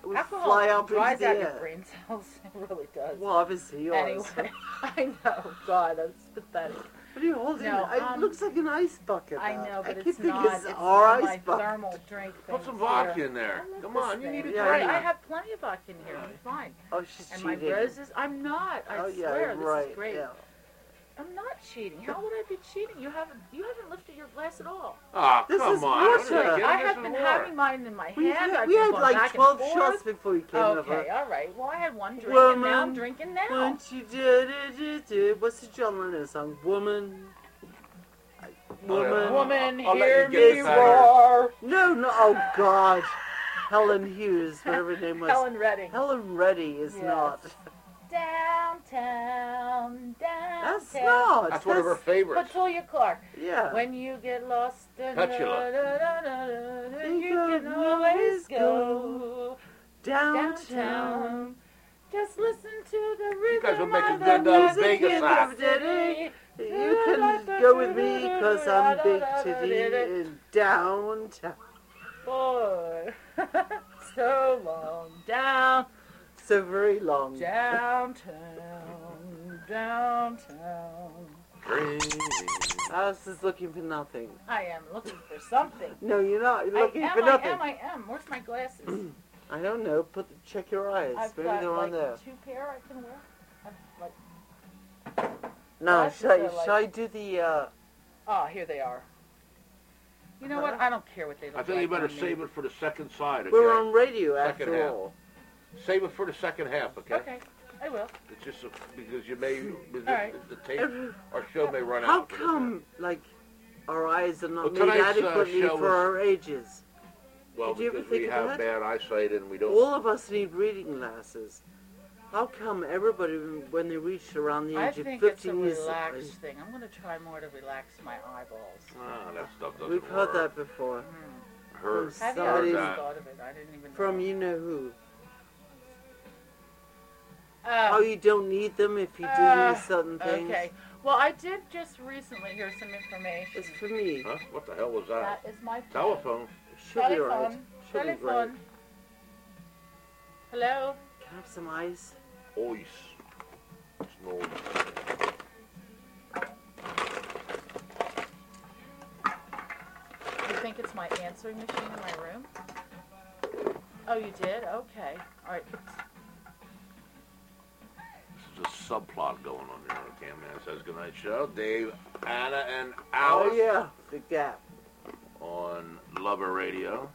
Speaker 3: It would
Speaker 5: Alcohol
Speaker 3: fly up
Speaker 5: dries
Speaker 3: into the
Speaker 5: out your
Speaker 3: air.
Speaker 5: brain cells. It really does.
Speaker 3: Well, obviously yours.
Speaker 5: anyway, I know. God, that's pathetic.
Speaker 3: What are you holding?
Speaker 5: No,
Speaker 3: I- it
Speaker 5: um,
Speaker 3: looks like an ice bucket.
Speaker 5: I
Speaker 3: that.
Speaker 5: know, but
Speaker 3: I keep
Speaker 5: it's
Speaker 3: thinking
Speaker 5: not. It's
Speaker 3: our
Speaker 5: not my
Speaker 3: ice bucket.
Speaker 5: thermal drink.
Speaker 4: Put
Speaker 5: things
Speaker 4: some
Speaker 5: here.
Speaker 4: vodka in there.
Speaker 5: I love
Speaker 4: Come
Speaker 5: this
Speaker 4: on, you
Speaker 5: thing.
Speaker 4: need a
Speaker 3: Yeah,
Speaker 5: Right,
Speaker 4: drink.
Speaker 5: I have plenty of vodka in here. I'm fine.
Speaker 3: Oh, she's
Speaker 5: And my
Speaker 3: cheating.
Speaker 5: roses. I'm not. I
Speaker 3: oh yeah,
Speaker 5: swear,
Speaker 3: right.
Speaker 5: this is great.
Speaker 3: Yeah.
Speaker 5: I'm not cheating. How would I be cheating? You haven't. You haven't lifted your glass at all.
Speaker 4: Ah,
Speaker 3: This
Speaker 4: come
Speaker 3: is
Speaker 4: on.
Speaker 3: water.
Speaker 4: What are you
Speaker 5: I
Speaker 4: getting?
Speaker 5: have
Speaker 4: This
Speaker 5: been
Speaker 4: is water.
Speaker 5: having mine in my hand.
Speaker 3: We,
Speaker 5: I've
Speaker 3: had, we
Speaker 5: been
Speaker 3: had
Speaker 5: going
Speaker 3: like
Speaker 5: back and
Speaker 3: 12
Speaker 5: forth.
Speaker 3: shots before you came over.
Speaker 5: Okay, all right. Well, I had one drink, and now I'm
Speaker 3: Woman,
Speaker 5: drinking now.
Speaker 3: Won't you do, do, do, do? What's the John Lennon song? Woman. I- Woman.
Speaker 4: yeah.
Speaker 5: Woman,
Speaker 4: I'll let
Speaker 5: hear
Speaker 4: you get
Speaker 5: me
Speaker 4: this out of here.
Speaker 5: roar.
Speaker 3: No, no. Oh, God. Helen Hughes, whatever her name was.
Speaker 5: Helen Redding.
Speaker 3: Helen Reddy is
Speaker 5: Yes.
Speaker 3: not.
Speaker 5: Downtown, downtown.
Speaker 3: That's not.
Speaker 4: That's one of her
Speaker 3: That's-
Speaker 4: favorites.
Speaker 5: Latoya Clark.
Speaker 3: Yeah.
Speaker 5: When you get lost, and
Speaker 4: Petula.
Speaker 5: you can always go
Speaker 3: downtown.
Speaker 5: downtown. Just listen to the rhythm.
Speaker 4: You guys are making
Speaker 5: of
Speaker 4: good
Speaker 5: the
Speaker 4: down
Speaker 3: music
Speaker 4: Vegas.
Speaker 3: is
Speaker 4: huh?
Speaker 5: city.
Speaker 3: You can go with me because I'm big titty in downtown.
Speaker 5: Boy, so long down,
Speaker 3: So very long.
Speaker 5: downtown, downtown.
Speaker 3: Alice is looking for nothing.
Speaker 5: I am looking for something.
Speaker 3: No, you're not. You're looking
Speaker 5: I am,
Speaker 3: for nothing.
Speaker 5: I am, I am. Where's my glasses?
Speaker 3: I don't know. Put check your eyes.
Speaker 5: I've
Speaker 3: Maybe
Speaker 5: got
Speaker 3: they're
Speaker 5: like
Speaker 3: on there.
Speaker 5: two pair I can wear. I've, like,
Speaker 3: No,
Speaker 5: glasses
Speaker 3: shall I,
Speaker 5: are like-
Speaker 3: shall I do the? Uh,
Speaker 5: oh, here they are. You know
Speaker 3: Uh-huh.
Speaker 5: what? I don't care what they look
Speaker 4: I
Speaker 5: like.
Speaker 4: think you better
Speaker 5: on me.
Speaker 4: save it for the second side, okay?
Speaker 3: We're on radio
Speaker 4: Second
Speaker 3: after
Speaker 4: half.
Speaker 3: all.
Speaker 4: Save it for the second half, okay?
Speaker 5: Okay, I will.
Speaker 4: It's just a, because you may, the,
Speaker 5: right.
Speaker 4: the tape,
Speaker 3: Every-
Speaker 4: our show may run
Speaker 3: How
Speaker 4: out. for this
Speaker 3: come like our eyes are not
Speaker 4: Well,
Speaker 3: made
Speaker 4: tonight's, uh,
Speaker 3: adequately
Speaker 4: show
Speaker 3: for
Speaker 4: was-
Speaker 3: our ages?
Speaker 4: half. Well,
Speaker 3: Did you ever
Speaker 4: because
Speaker 3: think
Speaker 4: we
Speaker 3: of
Speaker 4: have
Speaker 3: that?
Speaker 4: bad eyesight and we don't.
Speaker 3: All of us need reading glasses. How come everybody, when they reach around the
Speaker 5: I
Speaker 3: age of
Speaker 5: think it's a
Speaker 3: 15 years,
Speaker 5: relaxed thing. I'm going to try more to relax my eyeballs.
Speaker 4: Ah, that stuff doesn't
Speaker 3: we've
Speaker 4: work.
Speaker 3: heard that before
Speaker 5: Mm.
Speaker 4: Heard,
Speaker 3: from
Speaker 5: Have you
Speaker 4: heard
Speaker 3: Somebody's-
Speaker 5: always
Speaker 4: that.
Speaker 5: thought of it? I didn't even
Speaker 3: from
Speaker 5: know.
Speaker 3: you know who. How
Speaker 5: Oh,
Speaker 3: you don't need them if you do
Speaker 5: Uh,
Speaker 3: use certain things.
Speaker 5: okay. Well, I did just recently hear some information.
Speaker 3: It's for me.
Speaker 4: Huh? What the hell was
Speaker 5: That
Speaker 4: that?
Speaker 5: is my phone.
Speaker 4: Telephone.
Speaker 3: Should be right.
Speaker 5: Telephone.
Speaker 3: Should be right.
Speaker 5: Telephone. Hello.
Speaker 3: Can I have some ice?
Speaker 4: Ois. It's an old.
Speaker 5: You think it's my answering machine in my room? Oh, you did? Okay. All right.
Speaker 4: There's a subplot going on here on the Cam Man Says Goodnight Show. Dave, Anna, and Alice
Speaker 3: Oh yeah, the gap.
Speaker 4: on Lover Radio.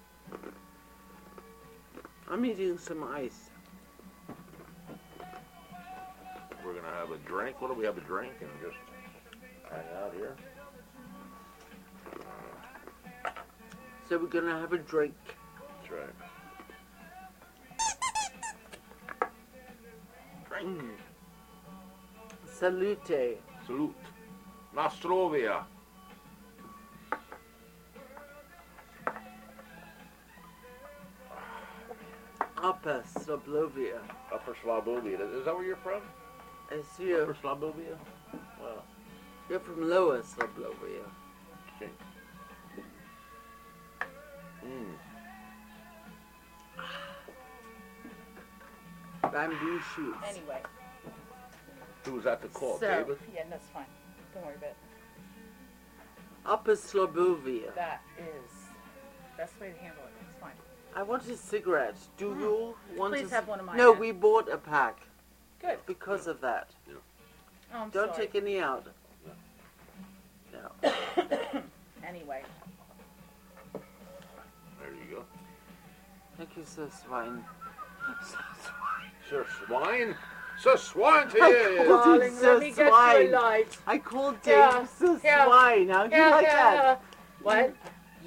Speaker 3: I'm eating some ice.
Speaker 4: We're gonna have a drink. What do we have a drink and just hang out here?
Speaker 3: So we're gonna have a drink.
Speaker 4: That's right.
Speaker 3: Mm. Salute.
Speaker 4: Salute. Nostrovia.
Speaker 3: Upper Slobovia.
Speaker 4: Upper Slavovia. Is that where you're from?
Speaker 3: It's you.
Speaker 4: Upper Slavovia? Wow.
Speaker 3: You're from Lower Slobovia.
Speaker 4: Shit. Mm.
Speaker 3: Bamboo shoots.
Speaker 5: Anyway,
Speaker 4: Who was at the call?
Speaker 5: so
Speaker 4: David?
Speaker 5: yeah, that's fine. Don't worry about it.
Speaker 3: Upper Slobovia.
Speaker 5: That is best way to handle it. It's fine.
Speaker 3: I want a cigarette. Do you want
Speaker 5: Mm-hmm. Please
Speaker 3: a
Speaker 5: have one of mine,
Speaker 3: No,
Speaker 5: Ann.
Speaker 3: we bought a pack
Speaker 5: Good.
Speaker 3: because of that.
Speaker 5: Oh, I'm
Speaker 3: Don't
Speaker 5: sorry.
Speaker 3: take any out.
Speaker 5: Anyway,
Speaker 4: There you go.
Speaker 3: Thank you, Sir Swine.
Speaker 4: Sir Swine? Sir Swine to
Speaker 3: Oh,
Speaker 4: you!
Speaker 3: God.
Speaker 2: Darling,
Speaker 3: It's so
Speaker 2: let me get
Speaker 3: swine.
Speaker 2: you a light.
Speaker 3: I called Dave
Speaker 2: Yeah,
Speaker 3: Sir
Speaker 2: yeah.
Speaker 3: Swine. How do you
Speaker 2: Yeah,
Speaker 3: like
Speaker 2: yeah,
Speaker 3: that?
Speaker 2: yeah. What?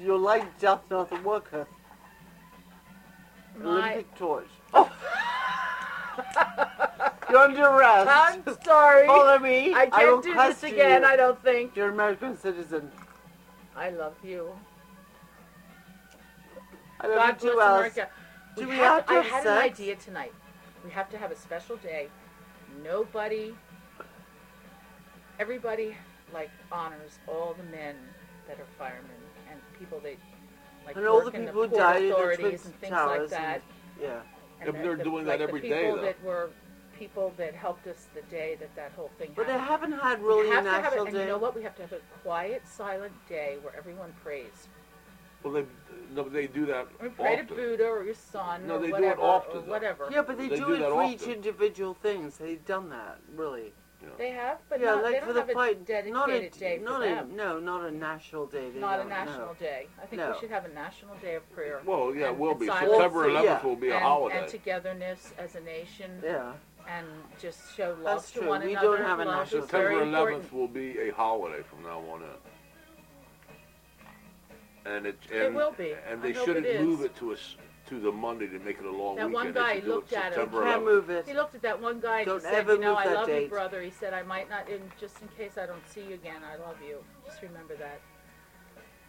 Speaker 3: Your light doth not worketh.
Speaker 2: My,
Speaker 3: Olympic torch. Oh. You're under arrest.
Speaker 2: I'm sorry.
Speaker 3: Follow me.
Speaker 2: I
Speaker 3: will
Speaker 2: can't do this
Speaker 3: question
Speaker 2: again,
Speaker 3: You.
Speaker 2: I don't think.
Speaker 3: You're an American citizen.
Speaker 2: I love you.
Speaker 3: I love
Speaker 5: God
Speaker 3: you
Speaker 5: bless
Speaker 3: too, Alice.
Speaker 5: America.
Speaker 3: Do we
Speaker 5: have,
Speaker 3: have to
Speaker 5: I
Speaker 3: have
Speaker 5: had an
Speaker 3: sex?
Speaker 5: idea tonight. We have to have a special day. Nobody, everybody, like honors all the men that are firemen and people that like
Speaker 3: And all
Speaker 5: work
Speaker 3: the
Speaker 5: in
Speaker 3: people who
Speaker 5: the port
Speaker 3: died in the Twin
Speaker 5: authorities and things
Speaker 3: Towers
Speaker 5: like
Speaker 3: and-
Speaker 5: that.
Speaker 3: Yeah.
Speaker 5: And
Speaker 4: Yeah, but they're
Speaker 5: the,
Speaker 4: doing that
Speaker 5: like the
Speaker 4: every day,
Speaker 5: people
Speaker 4: though.
Speaker 5: that were people that helped us the day that that whole thing
Speaker 3: But I
Speaker 5: happened.
Speaker 3: haven't had
Speaker 5: We
Speaker 3: really a
Speaker 5: have to have
Speaker 3: national
Speaker 5: it, and
Speaker 3: day.
Speaker 5: you know what? We have to have a quiet, silent day where everyone prays.
Speaker 4: Well, they, no, they do that
Speaker 5: We pray to
Speaker 4: often.
Speaker 5: Buddha or your son
Speaker 4: No,
Speaker 5: or
Speaker 4: they do it
Speaker 5: whatever,
Speaker 4: often,
Speaker 5: or
Speaker 4: though.
Speaker 5: whatever.
Speaker 3: Yeah, but they,
Speaker 4: They
Speaker 3: do,
Speaker 4: do
Speaker 3: it
Speaker 4: that
Speaker 3: for each
Speaker 4: often.
Speaker 3: individual things. They've done that, really.
Speaker 5: They have, but
Speaker 3: yeah,
Speaker 5: not,
Speaker 3: like
Speaker 5: they don't
Speaker 3: for the
Speaker 5: have a
Speaker 3: fight.
Speaker 5: dedicated
Speaker 3: not a,
Speaker 5: day for
Speaker 3: not
Speaker 5: them.
Speaker 3: a no, not a national day. They
Speaker 5: not a
Speaker 3: don't, no.
Speaker 5: national day. I think
Speaker 3: No.
Speaker 5: we should have a national day of prayer.
Speaker 4: Well, yeah, it
Speaker 5: And
Speaker 4: will be.
Speaker 5: silence.
Speaker 4: September
Speaker 3: Well,
Speaker 4: 11th
Speaker 3: yeah.
Speaker 4: will be a
Speaker 5: and,
Speaker 4: holiday.
Speaker 5: and togetherness as a nation,
Speaker 3: Yeah.
Speaker 5: and just show love
Speaker 3: That's
Speaker 5: to
Speaker 3: true.
Speaker 5: one
Speaker 3: We
Speaker 5: another.
Speaker 3: don't have a
Speaker 5: Love is
Speaker 3: national-
Speaker 5: very
Speaker 4: September 11th
Speaker 5: important.
Speaker 4: will be a holiday from now on in. And it, and,
Speaker 5: It will be.
Speaker 4: And
Speaker 5: I
Speaker 4: they
Speaker 5: hope
Speaker 4: shouldn't
Speaker 5: it is.
Speaker 4: move it to us to the Monday to make it a long
Speaker 5: That
Speaker 4: weekend.
Speaker 5: one
Speaker 4: They
Speaker 5: guy
Speaker 4: should do
Speaker 5: looked at it.
Speaker 4: September
Speaker 3: Can't
Speaker 4: 11th.
Speaker 3: move it.
Speaker 5: He looked at that one guy and
Speaker 3: Don't
Speaker 5: he said,
Speaker 3: ever
Speaker 5: "You know,
Speaker 3: move
Speaker 5: I
Speaker 3: that
Speaker 5: love
Speaker 3: date."
Speaker 5: you, brother." He said, "I might not, and just in case I don't see you again, I love you. Just remember that."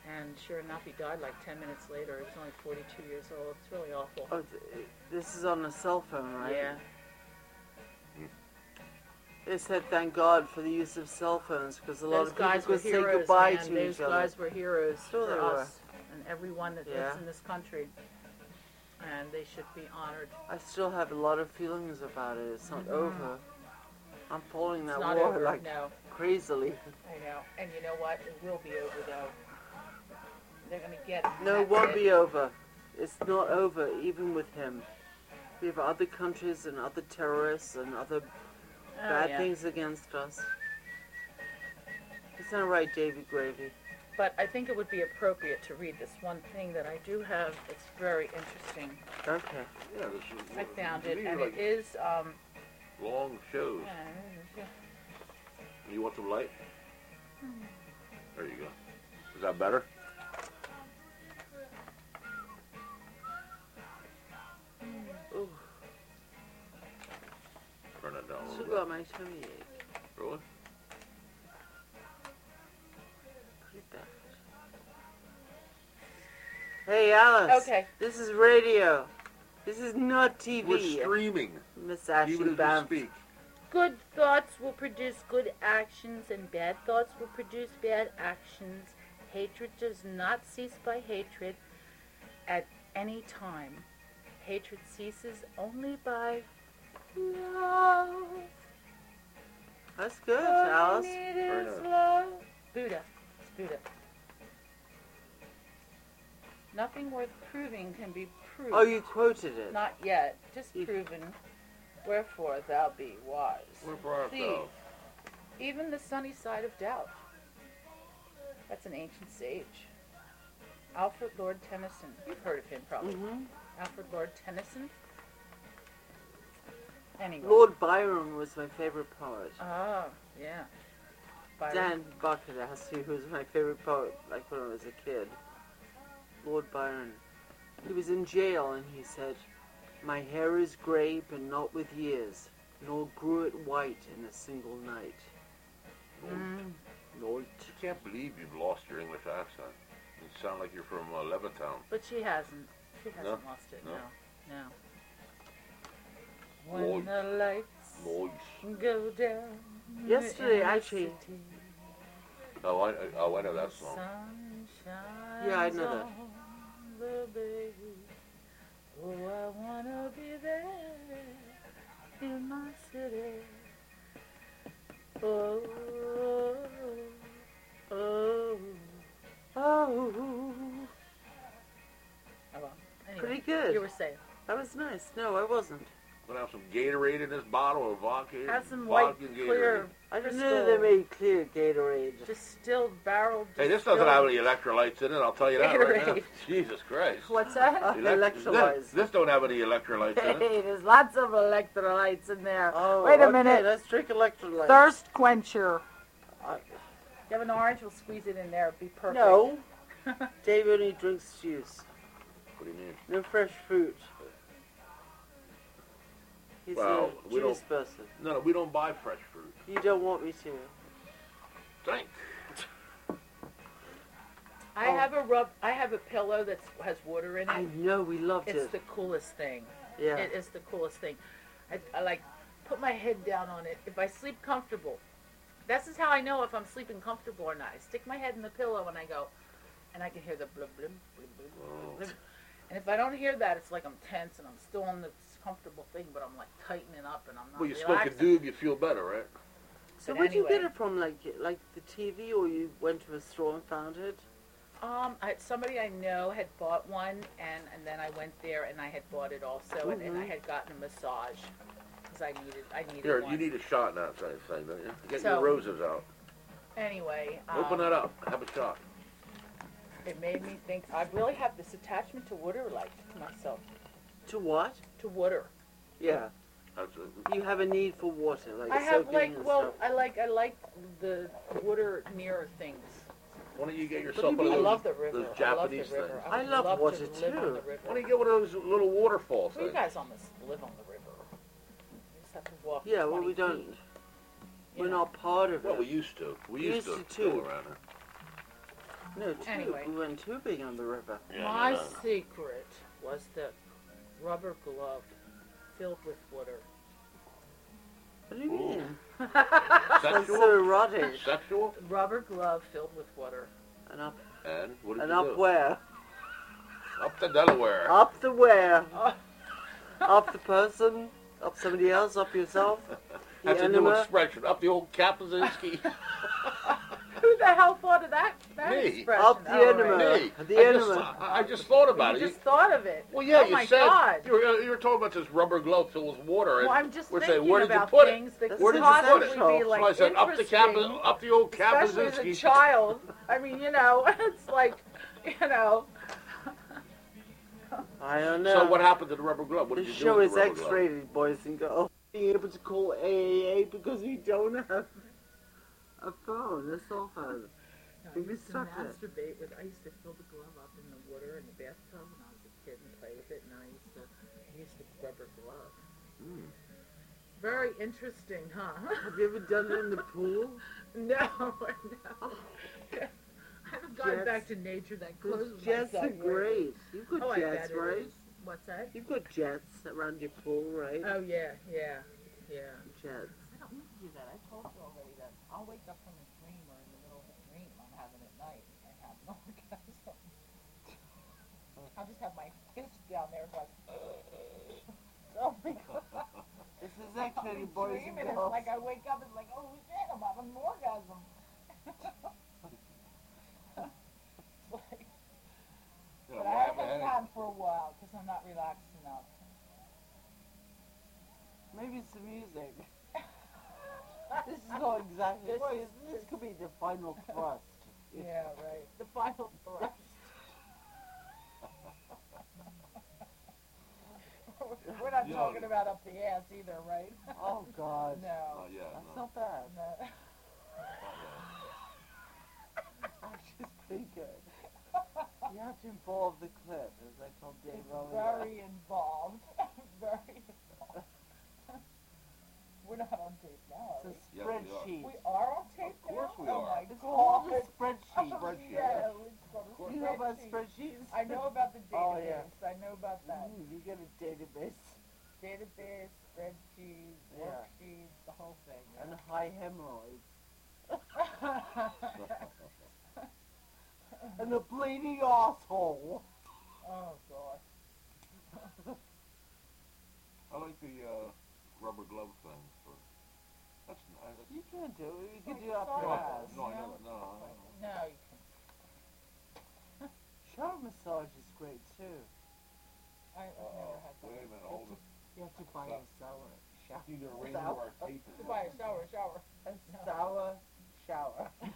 Speaker 5: And sure enough, he died like ten minutes later. He was only 42 years old. It's really awful.
Speaker 3: Oh, th- this is on a cell phone, right?
Speaker 5: Yeah.
Speaker 3: They said thank God for the use of cell phones because a lot
Speaker 5: Those
Speaker 3: of people
Speaker 5: guys were
Speaker 3: could say
Speaker 5: heroes,
Speaker 3: goodbye
Speaker 5: man.
Speaker 3: to
Speaker 5: Those
Speaker 3: each other.
Speaker 5: guys were heroes
Speaker 3: Sure
Speaker 5: for
Speaker 3: they were.
Speaker 5: us and everyone that lives
Speaker 3: Yeah.
Speaker 5: in this country. And they should be honored.
Speaker 3: I still have a lot of feelings about it. It's not over. I'm following
Speaker 5: Mm-hmm. It's
Speaker 3: that
Speaker 5: not
Speaker 3: war
Speaker 5: over.
Speaker 3: like
Speaker 5: No,
Speaker 3: crazily.
Speaker 5: I know. And you know what? It will be over though. They're gonna get.
Speaker 3: No, it
Speaker 5: that's
Speaker 3: won't be over. It's not over, even with him. We have other countries and other terrorists and other
Speaker 5: Oh,
Speaker 3: bad
Speaker 5: yeah.
Speaker 3: things against us. It's not right, Davy Gravy.
Speaker 5: But I think it would be appropriate to read this one thing that I do have. It's very interesting.
Speaker 3: Okay.
Speaker 4: Yeah, this is,
Speaker 5: I found it,
Speaker 4: these are
Speaker 5: and
Speaker 4: like
Speaker 5: it is. Um,
Speaker 4: long shows. You want some light?
Speaker 5: Hmm.
Speaker 4: There you go. Is that better?
Speaker 5: Hmm.
Speaker 3: Ooh,
Speaker 4: Turn it down a
Speaker 3: still
Speaker 5: um,
Speaker 4: little
Speaker 3: got my tummy ache.
Speaker 4: bit. Really?
Speaker 3: Put it back. Hey, Alice.
Speaker 5: Okay.
Speaker 3: This is radio. This is not TV.
Speaker 4: We're streaming,
Speaker 3: Miss Ashley
Speaker 4: even as we
Speaker 3: Banff.
Speaker 4: speak.
Speaker 5: Good thoughts will produce good actions, and bad thoughts will produce bad actions. Hatred does not cease by hatred at any time. Hatred ceases only by love.
Speaker 3: That's good,
Speaker 5: All we
Speaker 3: Alice.
Speaker 5: need
Speaker 4: Very
Speaker 5: is
Speaker 4: nice.
Speaker 5: love. Buddha. It's Buddha. Nothing worth proving can be proved.
Speaker 3: Oh, you quoted it.
Speaker 5: Not yet. Just
Speaker 3: You-
Speaker 5: proven. Wherefore thou be wise.
Speaker 4: Where art
Speaker 5: See,
Speaker 4: thou?
Speaker 5: Even the sunny side of doubt. That's an ancient sage. Alfred Lord Tennyson. You've heard of him probably.
Speaker 3: Mhm.
Speaker 5: Alfred Lord Tennyson. Anyway.
Speaker 3: Lord Byron was my favorite poet.
Speaker 5: Oh, yeah. Byron.
Speaker 3: Dan Bucket asked me who was my favorite poet, like when I was a kid. Lord Byron. He was in jail and he said, My hair is grey, but not with years, nor grew it white in a single night.
Speaker 5: Mm.
Speaker 3: Night.
Speaker 4: I can't believe you've lost your English accent. You sound like you're from uh, Levittown.
Speaker 5: But she hasn't. She hasn't
Speaker 4: No?
Speaker 5: lost it. No.
Speaker 4: No?
Speaker 5: No. When
Speaker 4: Lord.
Speaker 5: the lights
Speaker 4: Nice.
Speaker 5: go down.
Speaker 3: Yesterday,
Speaker 5: in the
Speaker 3: actually-
Speaker 5: city,
Speaker 4: Oh, I, oh, I know that
Speaker 5: the
Speaker 4: song.
Speaker 5: sun
Speaker 3: Yeah, I
Speaker 5: shines
Speaker 3: know that.
Speaker 5: on the bay. Oh, I wanna be there Oh,
Speaker 3: Oh,
Speaker 5: you were saying.
Speaker 3: That was nice. No, I wasn't.
Speaker 4: Gonna have some Gatorade in this bottle of vodka.
Speaker 5: Have some white,
Speaker 4: vodka Gatorade.
Speaker 5: clear,
Speaker 3: I didn't know
Speaker 5: Crystal.
Speaker 3: they made clear Gatorade.
Speaker 5: distilled barrel.
Speaker 4: Hey, this doesn't
Speaker 5: distilled-
Speaker 4: have any electrolytes in it. I'll tell you that right now.
Speaker 5: Gatorade.
Speaker 4: Jesus Christ.
Speaker 5: What's that?
Speaker 4: Elect-
Speaker 3: Electrolytes.
Speaker 4: This, this don't have any electrolytes in it.
Speaker 6: Hey, there's lots of electrolytes in there.
Speaker 3: Oh,
Speaker 6: Wait a
Speaker 3: okay,
Speaker 6: minute.
Speaker 3: Let's drink electrolytes.
Speaker 6: Thirst quencher.
Speaker 5: You have an orange, we'll squeeze it in there. It'd be perfect.
Speaker 3: No. Dave only drinks juice.
Speaker 4: What do you mean?
Speaker 3: No fresh fruit. He's
Speaker 4: Well,
Speaker 3: a
Speaker 4: we
Speaker 3: juice
Speaker 4: don't-
Speaker 3: person.
Speaker 4: No, no, we don't buy fresh fruit.
Speaker 3: You don't want me to.
Speaker 4: Thank.
Speaker 5: I have a rub. I have a pillow that has water in
Speaker 3: I
Speaker 5: it.
Speaker 3: know we loved
Speaker 5: It's
Speaker 3: it.
Speaker 5: the coolest thing.
Speaker 3: yeah.
Speaker 5: It is the coolest thing. I, I like put my head down on it. If I sleep comfortable, this is how I know if I'm sleeping comfortable or not. I stick my head in the pillow and I go, and I can hear the blub blub blub blub blub. blub. And if I don't hear that, it's like I'm tense and I'm still on this comfortable thing, but I'm like tightening up and I'm not
Speaker 4: Well, you smoke a
Speaker 5: relaxing.
Speaker 4: doob, you feel better, right?
Speaker 3: so
Speaker 5: but
Speaker 3: where'd you get
Speaker 5: anyway.
Speaker 3: it from? Like like the TV or you went to a store and found it?
Speaker 5: Um, I, somebody I know had bought one, and, and then I went there and I had bought it also, and, and I had gotten a massage because I needed I needed
Speaker 4: Here,
Speaker 5: one.
Speaker 4: you need a shot in that thing, don't you? Get
Speaker 5: So-
Speaker 4: your roses out.
Speaker 5: anyway, um,
Speaker 4: Open that up. Have a shot.
Speaker 5: It made me think. I really have this attachment to water, like myself,
Speaker 3: To what?
Speaker 5: to water.
Speaker 3: Yeah.
Speaker 4: That's it.
Speaker 3: You have a need for water, like
Speaker 5: I have
Speaker 3: soaking
Speaker 5: like,
Speaker 3: and
Speaker 5: well,
Speaker 3: stuff.
Speaker 5: I like, I like the water near things.
Speaker 4: Why don't you get
Speaker 3: do
Speaker 4: yourself
Speaker 3: you
Speaker 4: one of
Speaker 3: mean?
Speaker 5: I
Speaker 4: those,
Speaker 5: love the river.
Speaker 4: those
Speaker 5: I love the
Speaker 4: Japanese things?
Speaker 5: river.
Speaker 3: I
Speaker 5: would
Speaker 3: love
Speaker 5: love
Speaker 3: water,
Speaker 5: to live
Speaker 3: too.
Speaker 5: on the
Speaker 4: Why don't
Speaker 5: river.
Speaker 4: you get one of those little waterfall
Speaker 5: Well,
Speaker 4: things?
Speaker 5: you guys almost live on the river. You just have to walk.
Speaker 3: yeah, well,
Speaker 5: 20
Speaker 3: we don't.
Speaker 5: feet, you
Speaker 3: We're
Speaker 5: know.
Speaker 3: not part of
Speaker 4: Well,
Speaker 3: it.
Speaker 4: we used to. We used,
Speaker 3: Used
Speaker 4: to,
Speaker 3: to, too.
Speaker 4: go around here.
Speaker 3: no, too,
Speaker 5: Anyway.
Speaker 3: we went tubing on the river.
Speaker 4: Yeah,
Speaker 5: My
Speaker 4: no, no, no.
Speaker 5: secret was the rubber glove filled with water.
Speaker 3: What do you
Speaker 4: Ooh.
Speaker 3: mean? That's so
Speaker 4: Sexual?
Speaker 3: erotic.
Speaker 4: Sexual?
Speaker 5: Rubber glove filled with water.
Speaker 3: And up,
Speaker 4: And what did
Speaker 3: and
Speaker 4: you
Speaker 3: up
Speaker 4: do?
Speaker 3: where?
Speaker 4: Up to Delaware.
Speaker 3: Up the where? up the person? Up somebody else? Up yourself? The
Speaker 4: That's a new
Speaker 3: enema?
Speaker 4: expression. Up the old Kapuzinski.
Speaker 5: Who the hell thought of that? that
Speaker 4: Me.
Speaker 5: expression?
Speaker 3: Up the
Speaker 5: Oh, all
Speaker 3: enema.
Speaker 5: right.
Speaker 4: Me.
Speaker 3: The
Speaker 4: I just,
Speaker 3: enema.
Speaker 4: I I just thought about
Speaker 5: You
Speaker 4: it. You-
Speaker 5: just thought of it.
Speaker 4: well, yeah,
Speaker 5: oh my
Speaker 4: you said
Speaker 5: God.
Speaker 4: you were, you were talking about this rubber glove filled with water. and
Speaker 5: Well, I'm just
Speaker 4: we're
Speaker 5: thinking
Speaker 4: saying, where did you
Speaker 5: about
Speaker 4: put it?
Speaker 5: things that
Speaker 3: That's
Speaker 4: Where
Speaker 5: could
Speaker 4: did you put
Speaker 5: possibly
Speaker 4: it?
Speaker 5: be
Speaker 3: So
Speaker 5: like
Speaker 4: so I said, up the cap,
Speaker 5: interesting,
Speaker 4: up the old
Speaker 5: especially as a
Speaker 4: Kapuzinski.
Speaker 5: child. I mean, you know, it's like, you know,
Speaker 3: I don't know.
Speaker 4: So what happened to the rubber glove? What
Speaker 3: The
Speaker 4: did you
Speaker 3: show
Speaker 4: do
Speaker 3: is
Speaker 4: with the rubber glove?
Speaker 3: X-rated, boys and girls. Being able to call AAA because we don't have a phone, a cell phone.
Speaker 5: I
Speaker 3: We
Speaker 5: used to
Speaker 3: suck at it.
Speaker 5: masturbate with. I used to fill the glove up in the water in the bathtub when I was a kid and play with it, and I used to I used to rubber glove.
Speaker 3: Hmm.
Speaker 5: Very interesting, huh?
Speaker 3: Have you ever done it in the pool?
Speaker 5: no, no. I haven't gone
Speaker 3: Jets.
Speaker 5: back to nature that close.
Speaker 3: Those jets are great. You've got
Speaker 5: Oh, I
Speaker 3: jets,
Speaker 5: bet it
Speaker 3: right?
Speaker 5: is. What's that?
Speaker 3: You've got jets around your pool, right?
Speaker 5: Oh yeah, yeah, yeah.
Speaker 3: jets.
Speaker 5: I don't need to do that. I told you already that I'll wake up from a dream or in the middle of a dream I'm having at night and have an orgasm. I'll just have my fist down there like, oh my god.
Speaker 3: This is actually
Speaker 5: I'm dreaming. It's like I wake up and like, oh shit, I'm having an orgasm. It's like,
Speaker 4: Yeah,
Speaker 5: but
Speaker 4: why
Speaker 5: I
Speaker 4: have a
Speaker 5: haven't had
Speaker 4: headache?
Speaker 5: time for a while because I'm not relaxed enough.
Speaker 3: Maybe it's the music. this is not exactly.
Speaker 5: This
Speaker 3: Well,
Speaker 5: is-
Speaker 3: this could be the final thrust.
Speaker 5: Yeah, right. The final thrust. We're not
Speaker 4: Yeah.
Speaker 5: talking about up the ass either, right?
Speaker 3: Oh God,
Speaker 5: No,
Speaker 4: Not yet,
Speaker 3: that's
Speaker 4: no.
Speaker 3: not bad.
Speaker 5: no.
Speaker 3: It's pretty good. You have to involve the clip, as I told Dave
Speaker 5: It's
Speaker 3: earlier.
Speaker 5: very involved. very involved. We're not on tape now, are
Speaker 3: It's a
Speaker 4: Yes, we are.
Speaker 3: spreadsheet.
Speaker 5: we? We are on tape
Speaker 4: Of course we
Speaker 5: now? oh
Speaker 4: are.
Speaker 5: my
Speaker 3: It's all
Speaker 5: God.
Speaker 3: a spreadsheet.
Speaker 5: Oh,
Speaker 4: spreadsheet.
Speaker 5: yeah, it's called a
Speaker 3: You know about
Speaker 5: spreadsheet.
Speaker 3: spreadsheets?
Speaker 5: I know about the database.
Speaker 3: Oh, yeah.
Speaker 5: I know about that.
Speaker 3: Mm, you get a database
Speaker 5: Database, spreadsheet,
Speaker 3: Mm-hmm. Yeah.
Speaker 5: worksheets, the whole thing. yeah.
Speaker 3: and high hemorrhoids and a bleeding asshole.
Speaker 5: oh, God.
Speaker 4: I like the uh, rubber glove thing. For, that's nice.
Speaker 3: You can do it. You can
Speaker 5: Like
Speaker 3: do it up
Speaker 4: No, I-
Speaker 3: your ass.
Speaker 5: it's all
Speaker 4: no, I never, no, I don't.
Speaker 5: No, you
Speaker 3: Shower massage is great too.
Speaker 5: Oh,
Speaker 7: I, I've never had
Speaker 8: Wait a minute,
Speaker 7: that.
Speaker 8: hold
Speaker 6: You have to buy a sour shower.
Speaker 8: it. Need to arrange our tape.
Speaker 7: To buy a shower, shower.
Speaker 6: A sour shower. so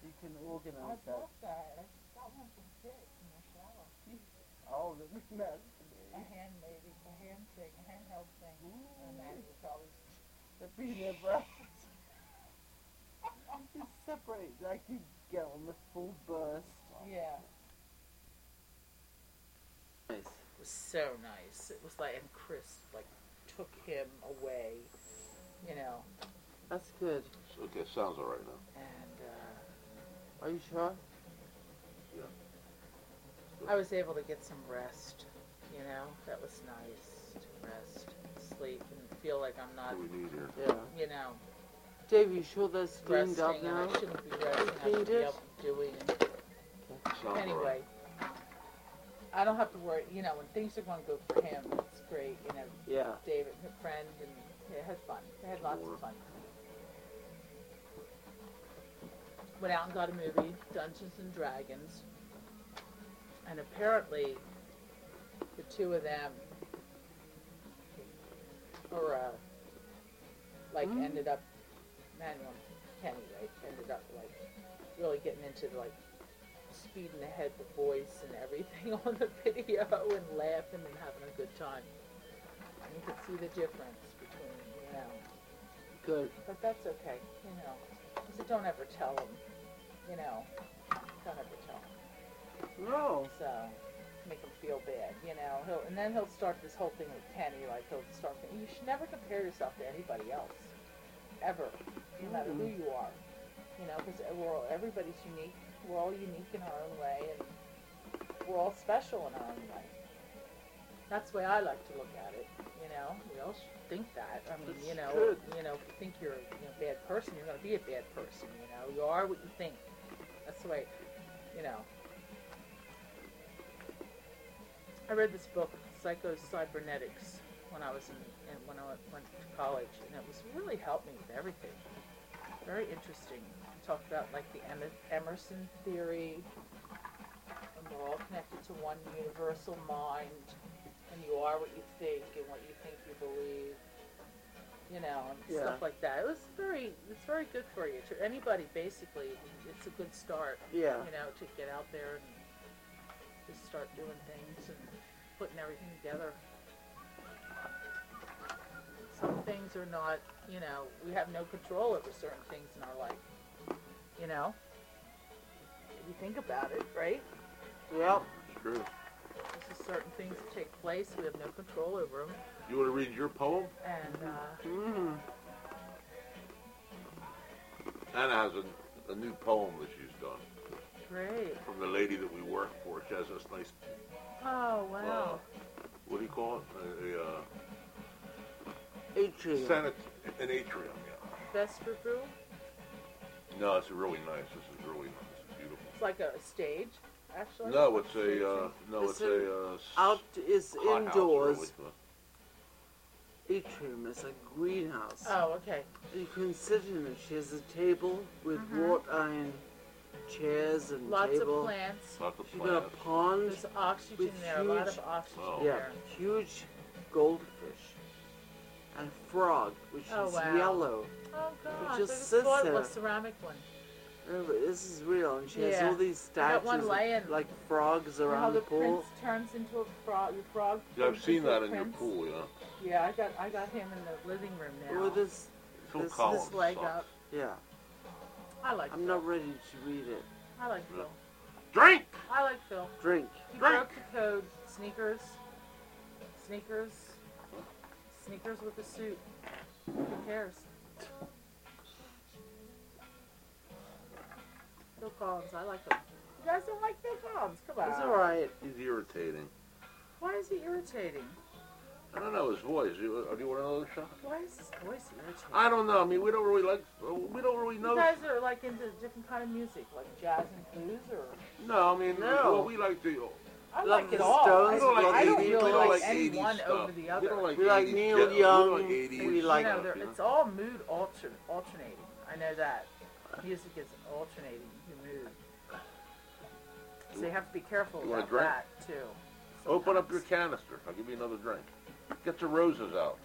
Speaker 6: you can
Speaker 7: I
Speaker 6: organize that.
Speaker 7: love that. I just got one for Dick in the shower.
Speaker 6: Oh, that's
Speaker 7: A
Speaker 6: nasty.
Speaker 7: handmade, a hand thing, a handheld thing. And that was always
Speaker 6: The peanut butter. you separate, like you get on the full burst.
Speaker 7: Yeah.
Speaker 3: Nice.
Speaker 5: was so nice. It was like, and Chris like took him away, you know,
Speaker 3: That's good.
Speaker 4: Okay, sounds all right now.
Speaker 5: and uh,
Speaker 3: Are you sure?
Speaker 5: I was able to get some rest. You know, that was nice to rest, sleep, and feel like I'm not,
Speaker 4: What do we need here?
Speaker 3: Yeah.
Speaker 5: you know,
Speaker 3: Dave, you sure that's cleaned
Speaker 5: resting.
Speaker 3: up
Speaker 5: And
Speaker 3: now?
Speaker 5: I shouldn't be resting. I should be
Speaker 3: Needed?
Speaker 5: up doing.
Speaker 4: Sounds all right.
Speaker 5: Anyway, I don't have to worry. You know, when things are going good for him, it's great. You know,
Speaker 3: Yeah.
Speaker 5: David, her friend, and they had fun. They had lots of fun. Went out and got a movie, Dungeons and Dragons, and apparently the two of them or uh, like ended up Manuel Kenny right ended up like really getting into like speeding ahead the voice and everything on the video and laughing and having a good time. And you could see the difference between, you know,
Speaker 3: Good.
Speaker 5: but that's okay, you know. I said, don't ever tell them, you know, don't ever tell him
Speaker 3: No.
Speaker 5: so make him feel bad, you know. He'll and then he'll start this whole thing with Kenny, like he'll start. You should never compare yourself to anybody else, ever, no matter who you are, you know, because we're all, everybody's unique. We're all unique in our own way, and we're all special in our own way. That's the way I like to look at it, you know. We all should think that. I mean, you know,
Speaker 3: Good.
Speaker 5: you know, if you think you're you know, a bad person, you're going to be a bad person. You know, you are what you think. That's the way, you know. I read this book, Psychocybernetics, when I was in, in when I went, went to college, and it was really helped me with everything. Very interesting. It talked about like the Em- Emerson theory, and we're all connected to one universal mind, and you are what you think and what you think you believe. You know, and
Speaker 3: Yeah.
Speaker 5: stuff like that. It was very, it's very good for you. To anybody, basically, it's a good start
Speaker 3: Yeah.
Speaker 5: you know, to get out there and just start doing things and putting everything together. Some things are not, you know, we have no control over certain things in our life, you know? If you think about it, right?
Speaker 3: Yep.
Speaker 4: It's true.
Speaker 5: There's just certain things that take place, we have no control over them,
Speaker 4: You want to read your poem?
Speaker 5: and, uh,
Speaker 3: Mm.
Speaker 4: Anna has a, a new poem that she's done
Speaker 5: great.
Speaker 4: from the lady that we work for. She has this nice,
Speaker 5: Oh, wow.
Speaker 4: what do you call it? A, uh,
Speaker 3: Atrium.
Speaker 4: Senate, an atrium, yeah.
Speaker 5: Vesper Brew,
Speaker 4: No, it's really nice. This is really nice. It's beautiful.
Speaker 5: it's like a stage, actually.
Speaker 4: No, it's a, uh, no, it's
Speaker 3: It's
Speaker 4: a, uh, s-
Speaker 3: Out is
Speaker 4: hot house,
Speaker 3: indoors.
Speaker 4: really.
Speaker 3: Atrium is a greenhouse.
Speaker 5: Oh, okay.
Speaker 3: You can sit in it. She has a table with wrought iron chairs and
Speaker 5: Mm-hmm. Lots
Speaker 3: table.
Speaker 5: of plants.
Speaker 4: Not the
Speaker 3: She got a
Speaker 4: plants.
Speaker 3: pond.
Speaker 5: There's oxygen
Speaker 3: With
Speaker 5: there, a lot of
Speaker 3: huge-
Speaker 5: oxygen
Speaker 4: Oh.
Speaker 3: Yeah,
Speaker 5: there.
Speaker 3: huge goldfish. And a frog, which
Speaker 5: Oh,
Speaker 3: is
Speaker 5: wow.
Speaker 3: yellow.
Speaker 5: Oh god,
Speaker 3: just
Speaker 5: just
Speaker 3: sits
Speaker 5: so this
Speaker 3: there.
Speaker 5: was ceramic one.
Speaker 3: Remember, this is real, and she has
Speaker 5: Yeah.
Speaker 3: all these
Speaker 5: I
Speaker 3: statues
Speaker 5: got one
Speaker 3: of,
Speaker 5: laying.
Speaker 3: like frogs
Speaker 5: How
Speaker 3: around
Speaker 5: the
Speaker 3: the pool.
Speaker 5: prince turns into a frog. The frog.
Speaker 4: Yeah, I've
Speaker 5: turns
Speaker 4: seen
Speaker 5: into
Speaker 4: that
Speaker 5: a
Speaker 4: in your
Speaker 5: prince.
Speaker 4: pool, yeah.
Speaker 5: Yeah, I got I got him in the living room now.
Speaker 3: With this,
Speaker 4: Phil
Speaker 3: This-
Speaker 4: Collins.
Speaker 5: his leg
Speaker 4: song.
Speaker 5: up.
Speaker 3: yeah,
Speaker 5: I like.
Speaker 3: I'm
Speaker 5: Phil.
Speaker 3: not ready to read it.
Speaker 5: I like Phil.
Speaker 4: Drink!
Speaker 5: I like Phil.
Speaker 3: Drink.
Speaker 5: He
Speaker 4: Drink.
Speaker 5: broke the code. Sneakers. Sneakers. Sneakers with a suit. Who cares? Phil Collins, I like him. You guys don't like Phil Collins? Come on.
Speaker 3: It's all right.
Speaker 4: He's irritating.
Speaker 5: Why is he irritating?
Speaker 4: I don't know his voice. You, uh, do you want another shot?
Speaker 5: Why is his voice irritating?
Speaker 4: I don't know. I mean, we don't really like. uh, We don't really
Speaker 5: You
Speaker 4: know.
Speaker 5: guys are like into different kind of music, like jazz and blues, or
Speaker 4: No, I mean,
Speaker 3: No.
Speaker 4: well, we like the.
Speaker 5: I
Speaker 3: Love
Speaker 5: like
Speaker 3: the
Speaker 5: it all.
Speaker 3: Stones,
Speaker 5: I,
Speaker 4: We don't like
Speaker 5: don't- I don't
Speaker 4: 80s,
Speaker 5: really
Speaker 4: we don't like 80s
Speaker 5: any one
Speaker 4: stuff.
Speaker 5: over the other.
Speaker 4: We don't like
Speaker 3: We like
Speaker 4: 80s
Speaker 3: Neil
Speaker 4: jazz.
Speaker 3: Young.
Speaker 4: We don't like 80s.
Speaker 3: We like-
Speaker 5: you know,
Speaker 4: stuff,
Speaker 5: they're-
Speaker 4: you know?
Speaker 5: it's all mood alter, alternating. I know that music is alternating your mood, so you have to be careful
Speaker 4: You wanna
Speaker 5: about
Speaker 4: drink?
Speaker 5: that too.
Speaker 4: Open up your canister. I'll give you another drink. Get your roses out.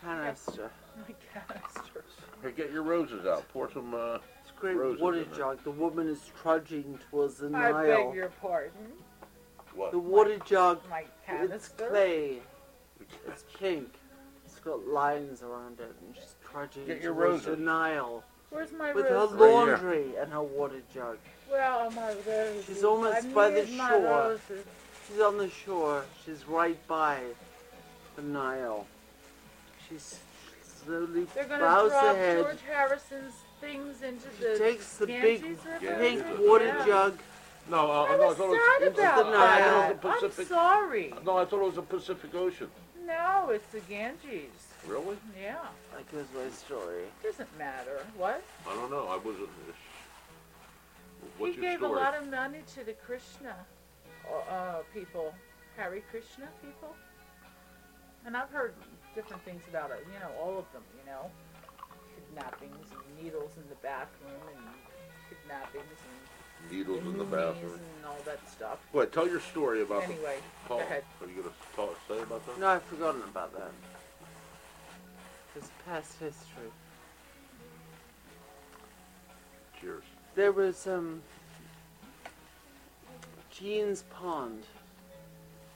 Speaker 3: Canister.
Speaker 5: My canisters.
Speaker 4: Hey, get your roses out. Pour some. Uh,
Speaker 3: It's a great
Speaker 4: Roses
Speaker 3: water
Speaker 4: in there.
Speaker 3: jug. The woman is trudging towards the
Speaker 5: I
Speaker 3: Nile.
Speaker 5: beg your pardon.
Speaker 4: what?
Speaker 3: The water jug.
Speaker 5: My
Speaker 3: It's
Speaker 5: canister.
Speaker 3: clay. It's pink. It's got lines around it, and she's trudging
Speaker 4: Get your
Speaker 3: towards the
Speaker 4: roses.
Speaker 3: Nile
Speaker 5: Where's my
Speaker 3: with her
Speaker 5: rose?
Speaker 4: lo-
Speaker 3: laundry and her water jug.
Speaker 5: Where are my roses?
Speaker 3: She's almost
Speaker 5: I
Speaker 3: by the
Speaker 5: need my
Speaker 3: shore.
Speaker 5: roses.
Speaker 3: She's on the shore. She's right by the Nile. She's slowly
Speaker 5: They're gonna
Speaker 3: bows
Speaker 5: drop
Speaker 3: ahead.
Speaker 5: George Harrison's things into
Speaker 3: She
Speaker 5: the
Speaker 3: takes the
Speaker 5: Ganges
Speaker 3: big
Speaker 5: River.
Speaker 4: Yeah,
Speaker 3: Pink
Speaker 4: it's a-
Speaker 3: water
Speaker 5: Yeah.
Speaker 3: jug.
Speaker 4: No, uh,
Speaker 5: I
Speaker 4: no,
Speaker 5: was
Speaker 4: I thought it
Speaker 5: sad
Speaker 4: was,
Speaker 5: about
Speaker 4: no, I thought
Speaker 5: that.
Speaker 4: it was the
Speaker 5: I'm
Speaker 4: Pacific.
Speaker 5: sorry.
Speaker 4: No, I thought it was the Pacific Ocean.
Speaker 5: No, it's the Ganges.
Speaker 4: Really?
Speaker 5: Yeah,
Speaker 3: That goes my story.
Speaker 5: doesn't matter. What?
Speaker 4: I don't know. I wasn't. What's
Speaker 5: he
Speaker 4: your
Speaker 5: gave
Speaker 4: story?
Speaker 5: a lot of money to the Krishna uh, uh, people, Hare Krishna people. And I've heard different things about it, you know, all of them, you know. Kidnappings and needles in the bathroom and kidnappings and
Speaker 4: Needles in the
Speaker 5: loonies
Speaker 4: bathroom. Oh.
Speaker 5: and all that stuff.
Speaker 4: Wait, tell your story about the
Speaker 5: Anyway,
Speaker 4: Paul.
Speaker 5: go ahead.
Speaker 4: Are you gonna talk, say about that?
Speaker 3: No, I've forgotten about that. It's past history.
Speaker 4: Cheers.
Speaker 3: There was um Jean's Pond.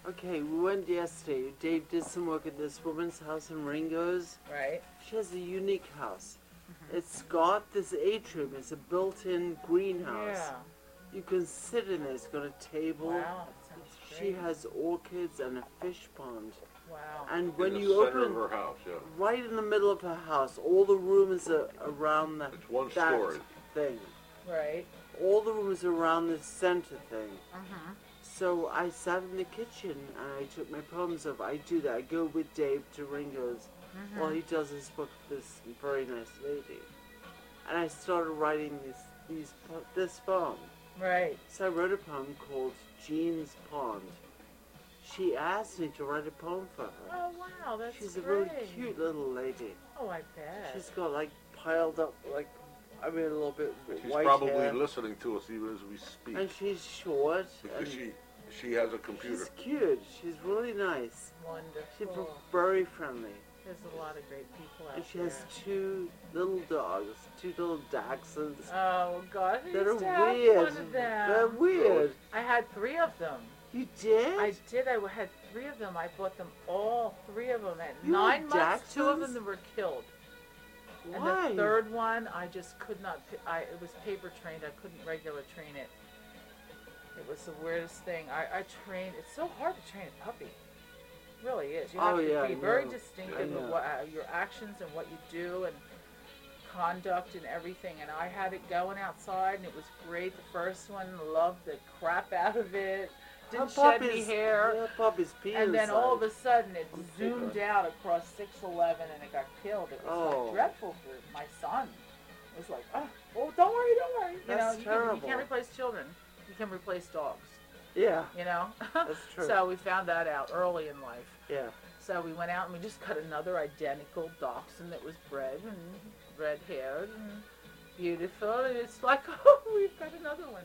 Speaker 3: Okay, we went yesterday. Dave did some work at this woman's house in Ringo's.
Speaker 5: Right?
Speaker 3: She has a unique house.
Speaker 5: Mm-hmm.
Speaker 3: It's got this atrium. It's a built-in greenhouse.
Speaker 5: Yeah.
Speaker 3: You can sit in there. It's got a table.
Speaker 5: Wow, that sounds
Speaker 3: She
Speaker 5: great.
Speaker 3: has orchids and a fish pond.
Speaker 5: wow.
Speaker 3: And
Speaker 4: in
Speaker 3: when
Speaker 4: the
Speaker 3: you
Speaker 4: center
Speaker 3: open
Speaker 4: of her house, yeah.
Speaker 3: right in the middle of her house, all the rooms are around the
Speaker 4: It's one
Speaker 3: that
Speaker 4: story.
Speaker 3: thing.
Speaker 5: Right.
Speaker 3: All the rooms around the center thing.
Speaker 5: Uh-huh.
Speaker 3: So I sat in the kitchen and I took my problems off. I do that. I go with Dave to Ringo's
Speaker 5: Uh-huh.
Speaker 3: while he does his book for this very nice lady. And I started writing this these po- this poem.
Speaker 5: Right.
Speaker 3: So I wrote a poem called Jean's Pond. She asked me to write a poem for her.
Speaker 5: Oh, wow, that's
Speaker 3: She's a
Speaker 5: great.
Speaker 3: really cute little lady.
Speaker 5: Oh, I bet.
Speaker 3: She's got like piled up like I mean a little bit
Speaker 4: She's
Speaker 3: white
Speaker 4: probably
Speaker 3: hair,
Speaker 4: listening to us even as we speak
Speaker 3: and she's short and
Speaker 4: because she she has a computer.
Speaker 3: she's cute. She's really nice. She's
Speaker 5: Wonderful.
Speaker 3: very friendly,
Speaker 5: There's a lot of great people out
Speaker 3: and she
Speaker 5: there.
Speaker 3: has two little dogs, two little dachshunds
Speaker 5: Oh God, I
Speaker 3: that are
Speaker 5: used to have
Speaker 3: weird.
Speaker 5: one of
Speaker 3: They're
Speaker 5: them.
Speaker 3: weird.
Speaker 5: I had three of them.
Speaker 3: You did?
Speaker 5: I did. I had three of them. I bought them all three of them at
Speaker 3: You
Speaker 5: nine
Speaker 3: had
Speaker 5: months. Two of
Speaker 3: dachshunds?
Speaker 5: them that were killed,
Speaker 3: Why?
Speaker 5: and the third one I just could not. pi- I it was paper trained. I couldn't regular train it. It was the weirdest thing. I, I trained. It's so hard to train a puppy. It really is. You have
Speaker 3: Oh,
Speaker 5: to
Speaker 3: yeah,
Speaker 5: be
Speaker 3: I
Speaker 5: very
Speaker 3: know. I
Speaker 5: distinctive
Speaker 3: know.
Speaker 5: of what uh, your actions and what you do and conduct and everything. And I had it going outside, and it was great. The first one loved the crap out of it. Didn't
Speaker 3: Her
Speaker 5: shed any
Speaker 3: puppy's-
Speaker 5: hair.
Speaker 3: Her puppy's peeing
Speaker 5: And then all of
Speaker 3: inside.
Speaker 5: a sudden, it
Speaker 3: I'm
Speaker 5: zoomed
Speaker 3: sorry.
Speaker 5: out across 611, and it got killed. It was
Speaker 3: Oh.
Speaker 5: like dreadful for my son. It was like, oh, well, don't worry, don't worry. You
Speaker 3: That's
Speaker 5: know, you, can, you
Speaker 3: terrible.
Speaker 5: can't replace children. You can replace dogs.
Speaker 3: Yeah,
Speaker 5: You know.
Speaker 3: that's true.
Speaker 5: so we found that out early in life.
Speaker 3: yeah.
Speaker 5: So we went out and we just cut another identical dachshund that was bred and red haired and beautiful. And it's like, oh, we've got another one.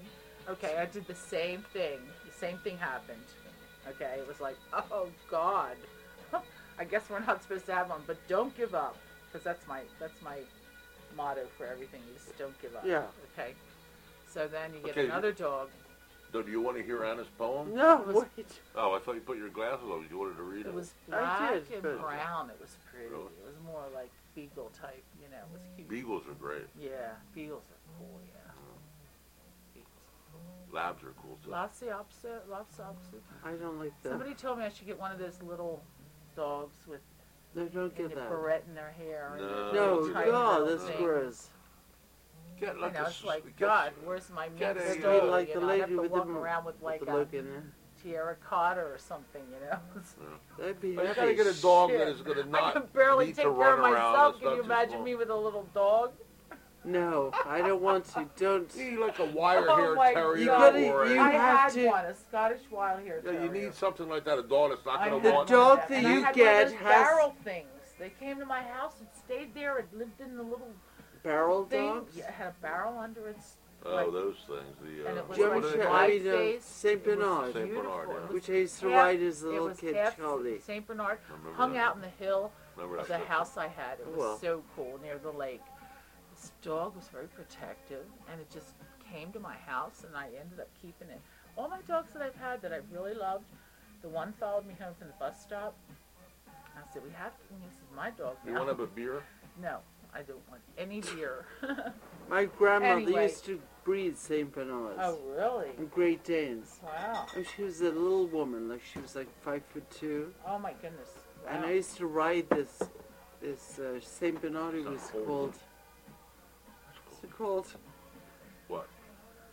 Speaker 5: Okay, I did the same thing. The same thing happened. Okay, it was like, oh God, I guess we're not supposed to have one, but don't give up, because that's my that's my motto for everything is don't give up.
Speaker 3: Yeah.
Speaker 5: Okay. So then you get
Speaker 4: Okay, you-
Speaker 5: another dog.
Speaker 4: So do you want to hear Anna's poem?
Speaker 3: No,
Speaker 5: was-
Speaker 3: wait.
Speaker 4: Oh, I thought you put your glasses on. You wanted to read it.
Speaker 5: It was
Speaker 3: I
Speaker 5: black
Speaker 3: did,
Speaker 5: and
Speaker 3: but-
Speaker 5: brown. It was pretty.
Speaker 4: Really?
Speaker 5: It was more like beagle type. You know, it was cute.
Speaker 4: Beagles are great.
Speaker 5: Yeah, beagles are cool, yeah.
Speaker 4: Oh. Labs are cool. Too.
Speaker 5: Lots of opposite, lots of opposite.
Speaker 3: I don't like that.
Speaker 5: Somebody told me I should get one of those little dogs with
Speaker 3: no, don't
Speaker 5: the
Speaker 3: get that.
Speaker 5: barrette in their hair. and
Speaker 4: No.
Speaker 5: the
Speaker 3: No,
Speaker 5: little
Speaker 4: Tight
Speaker 3: God,
Speaker 5: little
Speaker 3: that's
Speaker 5: thing.
Speaker 3: gross.
Speaker 4: Get
Speaker 5: You
Speaker 4: like
Speaker 5: know,
Speaker 4: a
Speaker 5: it's
Speaker 4: s-
Speaker 5: like,
Speaker 4: get-
Speaker 5: God, where's my
Speaker 4: get
Speaker 5: meat
Speaker 4: a,
Speaker 5: story?
Speaker 4: uh,
Speaker 5: you
Speaker 3: like the
Speaker 5: know, I'd have
Speaker 3: lady
Speaker 5: to
Speaker 3: with
Speaker 5: walk
Speaker 3: the-
Speaker 5: around with like
Speaker 3: With the
Speaker 5: a
Speaker 3: look in there.
Speaker 5: tiara cotta or something, you know?
Speaker 3: That'd be
Speaker 4: But Oh, you
Speaker 3: happy.
Speaker 4: gotta get a dog that
Speaker 5: shit.
Speaker 4: is gonna
Speaker 5: I
Speaker 4: not
Speaker 5: can barely
Speaker 4: need
Speaker 5: take
Speaker 4: to
Speaker 5: care
Speaker 4: run
Speaker 5: of
Speaker 4: around.
Speaker 5: myself.
Speaker 4: It's
Speaker 5: Can
Speaker 4: not
Speaker 5: you
Speaker 4: too
Speaker 5: imagine
Speaker 4: small.
Speaker 5: me with a little dog?
Speaker 3: No, I don't want to. Don't.
Speaker 4: You need like a wire
Speaker 5: Oh
Speaker 4: hair
Speaker 5: my
Speaker 4: terrier
Speaker 3: You gotta-
Speaker 4: or a.
Speaker 3: you
Speaker 5: I
Speaker 3: have
Speaker 5: had
Speaker 3: to-
Speaker 5: one, a Scottish wild hair
Speaker 4: Yeah, you
Speaker 5: terrier.
Speaker 4: need something like that. A dog that's not
Speaker 5: I
Speaker 4: gonna
Speaker 5: had
Speaker 3: The
Speaker 4: want.
Speaker 5: one
Speaker 3: dog that
Speaker 5: of them.
Speaker 3: you
Speaker 5: I had
Speaker 3: get
Speaker 5: one of those
Speaker 3: has-
Speaker 5: barrel things. They came to my house and stayed there and lived in the little
Speaker 3: Barrel
Speaker 5: thing.
Speaker 3: dogs?
Speaker 5: Yeah, it had a barrel under its
Speaker 4: Oh, those things. The, uh,
Speaker 5: And it was
Speaker 4: what
Speaker 3: German
Speaker 4: were
Speaker 5: like
Speaker 4: they
Speaker 3: Shepherd,
Speaker 5: white
Speaker 4: called?
Speaker 3: I mean, uh,
Speaker 5: face.
Speaker 3: Saint
Speaker 5: It was
Speaker 3: Bernard.
Speaker 4: Saint
Speaker 5: beautiful.
Speaker 4: Bernard, yeah.
Speaker 5: It was
Speaker 3: which I used to
Speaker 5: half-
Speaker 3: ride as a
Speaker 5: it
Speaker 3: little
Speaker 5: was
Speaker 3: kid,
Speaker 5: half
Speaker 3: Charlie.
Speaker 5: Saint Bernard
Speaker 4: I remember
Speaker 5: hung
Speaker 4: that.
Speaker 5: out in the hill
Speaker 4: Remember
Speaker 5: of the
Speaker 4: that picture?
Speaker 5: house I had. It was
Speaker 3: Well.
Speaker 5: so cool near the lake. This dog was very protective, and it just came to my house, and I ended up keeping it. All my dogs that I've had that I really loved, the one followed me home from the bus stop. I said, "We have to. This is my dog
Speaker 4: You
Speaker 5: now."
Speaker 4: want to have a beer?
Speaker 5: no, I don't want any beer.
Speaker 3: My grandmother
Speaker 5: Anyway.
Speaker 3: used to breed Saint Bernards
Speaker 5: oh, really?
Speaker 3: and Great Danes.
Speaker 5: Wow.
Speaker 3: And she was a little woman, like she was like five foot two.
Speaker 5: Oh my goodness. Wow.
Speaker 3: And I used to ride this, this uh, Saint Bernard who
Speaker 4: Some
Speaker 3: was
Speaker 4: old-
Speaker 3: called. What's it called?
Speaker 4: What?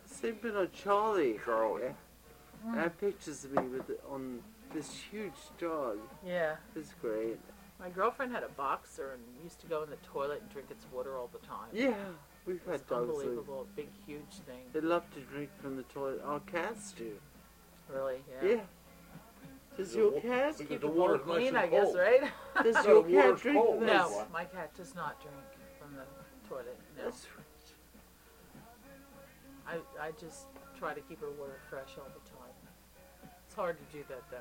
Speaker 3: Saint Bernard Charlie.
Speaker 4: Charlie.
Speaker 3: Yeah. I have pictures of me with on this huge dog.
Speaker 5: yeah.
Speaker 3: It's great.
Speaker 5: My girlfriend had a boxer and we used to go in the toilet and drink its water all the time.
Speaker 3: Yeah, we've
Speaker 5: It's
Speaker 3: had dogs. like-
Speaker 5: unbelievable, a big, huge thing.
Speaker 3: They love to drink from the toilet. Our cats do.
Speaker 5: Really, yeah.
Speaker 3: Yeah. Does your
Speaker 4: wa-
Speaker 3: cat?
Speaker 4: Because
Speaker 5: Keep
Speaker 4: the
Speaker 5: it
Speaker 4: water's nice
Speaker 5: clean,
Speaker 4: and
Speaker 5: I guess,
Speaker 4: cold.
Speaker 5: right?
Speaker 3: Does
Speaker 4: No,
Speaker 3: your
Speaker 4: the water's
Speaker 3: cat drink
Speaker 4: cold.
Speaker 3: from this?
Speaker 5: no, my cat does not drink from the toilet. No,
Speaker 3: That's
Speaker 5: I, I just try to keep her water fresh all the time. It's hard to do that though.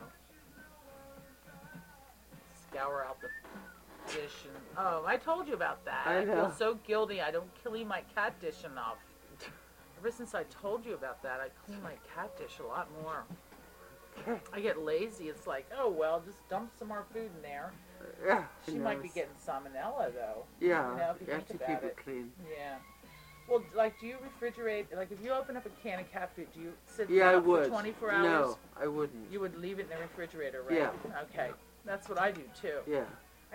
Speaker 5: Scour out the dish and oh, I told you about that.
Speaker 3: I know.
Speaker 5: feel so guilty. I don't clean my cat dish enough. Ever since I told you about that, I clean my cat dish a lot more. I get lazy. It's like, oh well, just dump some more food in there.
Speaker 3: yeah. I
Speaker 5: She might
Speaker 3: know,
Speaker 5: be
Speaker 3: it's-
Speaker 5: getting salmonella though.
Speaker 3: Yeah,
Speaker 5: you know, if you
Speaker 3: you have to
Speaker 5: think
Speaker 3: keep
Speaker 5: about
Speaker 3: it
Speaker 5: it.
Speaker 3: clean.
Speaker 5: Yeah. Well, d- like, do you refrigerate? Like, if you open up a can of cat food, do you sit
Speaker 3: Yeah,
Speaker 5: it
Speaker 3: I
Speaker 5: out
Speaker 3: would.
Speaker 5: for 24 hours?
Speaker 3: No, I wouldn't.
Speaker 5: You would leave it in the refrigerator, right?
Speaker 3: Yeah.
Speaker 5: Okay. That's what I do too.
Speaker 3: Yeah.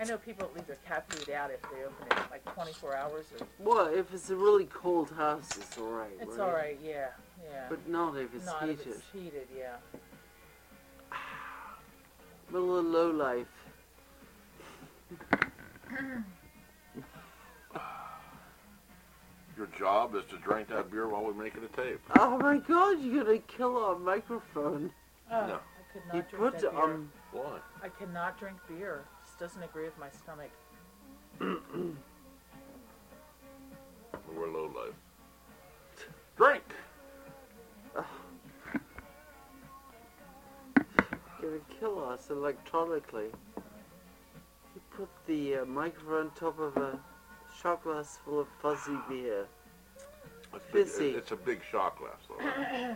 Speaker 5: I know people leave their cat food out if they open it like 24 hours. Or,
Speaker 3: Well, if it's a really cold house, it's all right.
Speaker 5: it's
Speaker 3: right?
Speaker 5: all right, yeah, yeah.
Speaker 3: But not if it's
Speaker 5: not
Speaker 3: heated.
Speaker 5: if it's heated, yeah.
Speaker 3: Well, a low life.
Speaker 4: Your job is to drink that beer while we're making a tape.
Speaker 3: Oh my God! You're gonna kill our microphone.
Speaker 5: Oh,
Speaker 4: No.
Speaker 5: I could not
Speaker 3: You
Speaker 5: drink
Speaker 3: put
Speaker 5: that beer.
Speaker 3: um.
Speaker 4: Why?
Speaker 5: I cannot drink beer. It just doesn't agree with my stomach.
Speaker 4: We're low life. Drink.
Speaker 3: gonna kill us electronically. He put the uh, microphone on top of a shot glass full of fuzzy beer.
Speaker 4: It's, big,
Speaker 3: Busy.
Speaker 4: it- it's a big shot glass, though. right?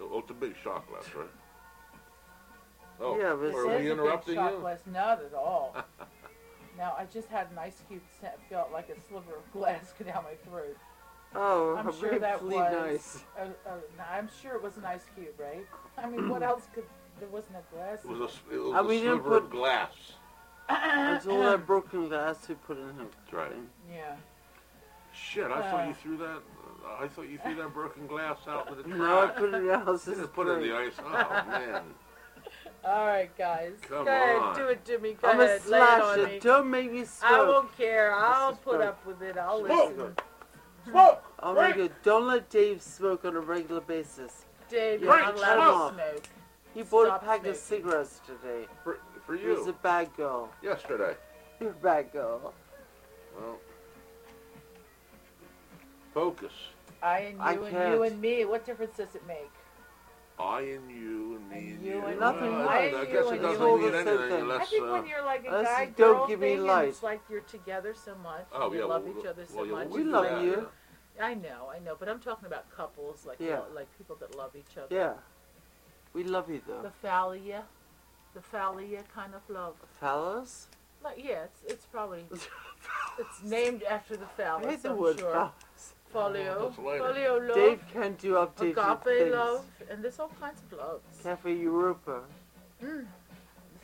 Speaker 4: oh, it's a big shot glass, right? Oh,
Speaker 3: Yeah,
Speaker 4: are
Speaker 3: but-
Speaker 5: There's
Speaker 4: we
Speaker 5: a big
Speaker 4: interrupting
Speaker 5: shot
Speaker 4: you?
Speaker 5: glass. Not at all. now I just had an ice cube that felt like a sliver of glass go down my throat.
Speaker 3: Oh,
Speaker 5: I'm
Speaker 3: how
Speaker 5: sure that was.
Speaker 3: briefly nice.
Speaker 5: A, a, I'm sure it was an ice cube, right? I mean, what else could? There wasn't a glass.
Speaker 4: It was a, s- it was
Speaker 3: I
Speaker 4: a
Speaker 3: mean, you
Speaker 4: sliver
Speaker 3: put-
Speaker 4: of glass.
Speaker 3: That's all that broken glass we put in him.
Speaker 4: That's right.
Speaker 5: Yeah.
Speaker 4: Shit, I thought
Speaker 5: Uh.
Speaker 4: you threw that. I thought you threw that broken glass out into the
Speaker 3: Now I
Speaker 4: crowd.
Speaker 3: put it in the house.
Speaker 4: You
Speaker 3: as
Speaker 4: just put it in
Speaker 3: drink.
Speaker 4: the ice. Oh man.
Speaker 5: All right, guys.
Speaker 4: Come
Speaker 5: go ahead,
Speaker 4: on.
Speaker 5: do it, Jimmy. Go
Speaker 3: I'm a
Speaker 5: ahead, lay it on
Speaker 3: slasher.
Speaker 5: me.
Speaker 3: Don't make me smoke.
Speaker 5: I won't care. I'll
Speaker 3: is
Speaker 5: put
Speaker 3: fun.
Speaker 5: up with it. I'll
Speaker 4: Smoke.
Speaker 5: listen.
Speaker 4: Smoke.
Speaker 3: oh my God! Don't let Dave smoke on a regular basis.
Speaker 5: Dave,
Speaker 3: Yeah,
Speaker 5: you're not
Speaker 3: shut
Speaker 5: allowed
Speaker 3: up.
Speaker 5: to smoke.
Speaker 3: He bought
Speaker 5: Stop
Speaker 3: a pack of
Speaker 5: smoking.
Speaker 3: cigarettes today.
Speaker 4: For, for
Speaker 3: He was a
Speaker 4: you.
Speaker 3: bad girl.
Speaker 4: Yesterday.
Speaker 3: You're a bad girl.
Speaker 4: Well. Focus.
Speaker 5: I and you
Speaker 3: I
Speaker 5: and you
Speaker 3: can't.
Speaker 5: and me. What difference does it make?
Speaker 4: I and you and me
Speaker 5: And
Speaker 4: and
Speaker 5: you
Speaker 4: you.
Speaker 5: and
Speaker 3: Nothing
Speaker 4: Well,
Speaker 3: I
Speaker 5: and
Speaker 4: I
Speaker 5: you
Speaker 4: guess
Speaker 5: and
Speaker 4: it
Speaker 5: you.
Speaker 4: doesn't mean
Speaker 3: All the same
Speaker 4: anything
Speaker 3: thing.
Speaker 5: I
Speaker 4: unless.
Speaker 5: think
Speaker 4: uh,
Speaker 5: when you're like a
Speaker 3: Unless
Speaker 5: guy
Speaker 3: you
Speaker 5: girl
Speaker 3: don't give me
Speaker 5: thing, and
Speaker 3: light.
Speaker 5: it's like you're together so much,
Speaker 4: Oh
Speaker 5: and you
Speaker 4: yeah,
Speaker 5: love
Speaker 4: well,
Speaker 5: each other so
Speaker 4: well, yeah,
Speaker 5: much.
Speaker 4: we'll do
Speaker 3: love
Speaker 4: that,
Speaker 3: you.
Speaker 4: yeah.
Speaker 5: I know, I know, but I'm talking about couples, like
Speaker 3: Yeah.
Speaker 5: lo- like people that love each other.
Speaker 3: Yeah. We love you though.
Speaker 5: The phalia, the phalia kind of love.
Speaker 3: Fellas?
Speaker 5: Like, yeah, it's it's probably it's named after the
Speaker 3: I
Speaker 5: phallus.
Speaker 3: hate the
Speaker 5: I'm
Speaker 3: word
Speaker 5: sure.
Speaker 3: fellas.
Speaker 5: Folio,
Speaker 4: That's later.
Speaker 5: folio love,
Speaker 3: Dave can do updated
Speaker 5: agape
Speaker 3: things.
Speaker 5: love, and there's all kinds of loves.
Speaker 3: Cafe Europa.
Speaker 5: There's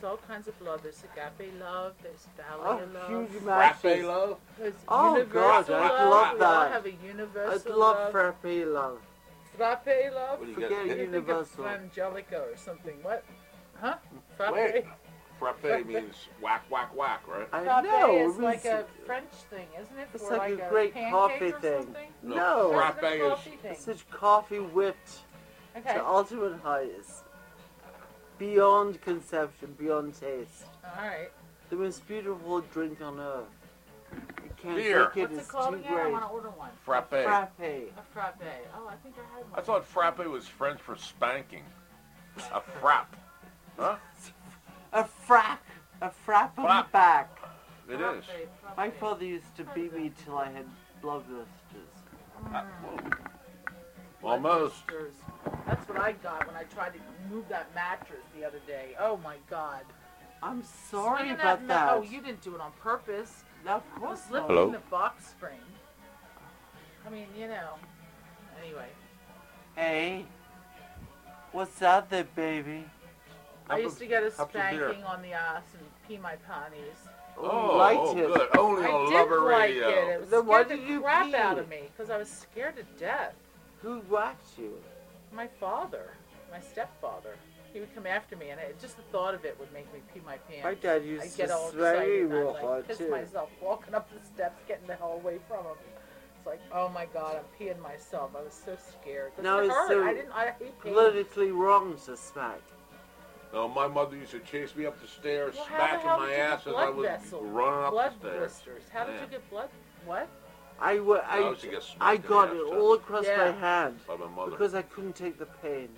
Speaker 5: all kinds of love. There's agape love. There's
Speaker 3: Oh,
Speaker 5: phalia love.
Speaker 3: huge
Speaker 4: Frappe
Speaker 3: matches.
Speaker 4: love.
Speaker 5: There's
Speaker 3: Oh,
Speaker 5: universal
Speaker 3: God, I'd love
Speaker 5: love. we all
Speaker 3: that.
Speaker 5: have a universal
Speaker 3: I'd love frappe love.
Speaker 5: Frappe love?
Speaker 4: What do you got?
Speaker 3: Forget
Speaker 5: You think of
Speaker 3: Universal.
Speaker 5: Frangelico or something. What? Huh? Frappe?
Speaker 4: Wait. Frappe means whack, whack, whack, right?
Speaker 3: I
Speaker 5: Frappe
Speaker 3: know.
Speaker 5: is
Speaker 3: it
Speaker 5: like
Speaker 3: means-
Speaker 5: a French thing, isn't it?
Speaker 3: It's
Speaker 5: For
Speaker 3: like
Speaker 5: like,
Speaker 3: a great
Speaker 5: pancake
Speaker 3: coffee
Speaker 5: or
Speaker 3: thing.
Speaker 5: something?
Speaker 3: No.
Speaker 5: Or is it a
Speaker 4: Frappe is.
Speaker 5: coffee thing?
Speaker 3: it's such coffee whipped
Speaker 5: Okay.
Speaker 3: to
Speaker 5: All
Speaker 3: ultimate highs. Beyond conception, beyond taste.
Speaker 5: right.
Speaker 3: The most beautiful drink on earth. You can't
Speaker 4: Beer.
Speaker 3: drink it.
Speaker 5: What's
Speaker 3: it's
Speaker 5: it called
Speaker 3: too
Speaker 5: again? I
Speaker 3: great.
Speaker 5: want to order one.
Speaker 4: Frappe.
Speaker 3: Frappe.
Speaker 5: A frappe. Oh, I think I had one.
Speaker 4: I thought frappe was French for spanking. A frap. Huh?
Speaker 3: A frack. A frap on the
Speaker 4: Frap.
Speaker 3: back.
Speaker 4: It is.
Speaker 5: Frappe.
Speaker 3: My father used to beat me till I had blood blisters.
Speaker 4: Uh, whoa. Almost.
Speaker 5: Blisters. That's what I got when I tried to move that mattress the other day. Oh my God.
Speaker 3: I'm sorry
Speaker 5: Swinging
Speaker 3: about
Speaker 5: ma-
Speaker 3: that.
Speaker 5: Oh, you didn't do it on purpose.
Speaker 3: No, of
Speaker 5: I
Speaker 3: course
Speaker 5: was
Speaker 3: not.
Speaker 5: lifting
Speaker 4: Hello?
Speaker 5: the box spring. I mean, you know. Anyway,
Speaker 3: Hey, what's out there, baby?
Speaker 5: I
Speaker 4: Up
Speaker 5: used
Speaker 4: a-
Speaker 5: to get a
Speaker 4: up to beer.
Speaker 5: spanking on the ass and pee my panties.
Speaker 4: Oh,
Speaker 3: liked
Speaker 4: oh,
Speaker 3: it.
Speaker 4: good. Only
Speaker 5: I
Speaker 4: on
Speaker 5: did
Speaker 4: Lover
Speaker 5: like
Speaker 4: Radio.
Speaker 5: it. It was
Speaker 3: Then
Speaker 5: scared
Speaker 3: why
Speaker 5: the
Speaker 3: did you
Speaker 5: crap
Speaker 3: pee?
Speaker 5: out of me because I was scared to death.
Speaker 3: Who whacked you?
Speaker 5: My father, my stepfather, he would come after me, and it, just the thought of it would make me pee my pants.
Speaker 3: My dad
Speaker 5: I
Speaker 3: used
Speaker 5: get
Speaker 3: to
Speaker 5: all
Speaker 3: swear
Speaker 5: excited. and
Speaker 3: real
Speaker 5: I'd, like
Speaker 3: hard
Speaker 5: piss
Speaker 3: too.
Speaker 5: myself walking up the steps, getting the hell away from him. It's like, oh my god, I'm peeing myself. I was so scared. 'Cause
Speaker 3: Now
Speaker 5: it
Speaker 3: it's
Speaker 5: hurt.
Speaker 3: so
Speaker 5: I didn't. I hate pain.
Speaker 3: Politically wrong to smack.
Speaker 4: No, my mother used to chase me up the stairs,
Speaker 5: Well, how the
Speaker 4: smacking
Speaker 5: hell
Speaker 4: my
Speaker 5: did you get
Speaker 4: ass as
Speaker 5: blood
Speaker 4: I was
Speaker 5: vessels?
Speaker 4: running up
Speaker 5: blood
Speaker 4: the stairs.
Speaker 5: blisters. How did
Speaker 4: Yeah.
Speaker 5: you get blood? What?
Speaker 3: I, wa- I,
Speaker 4: I used to get smacked
Speaker 3: I
Speaker 4: in the
Speaker 3: got
Speaker 4: ass,
Speaker 3: it
Speaker 4: too,
Speaker 3: all across my
Speaker 5: Yeah.
Speaker 3: hand
Speaker 4: by my mother.
Speaker 3: because I couldn't take the pain.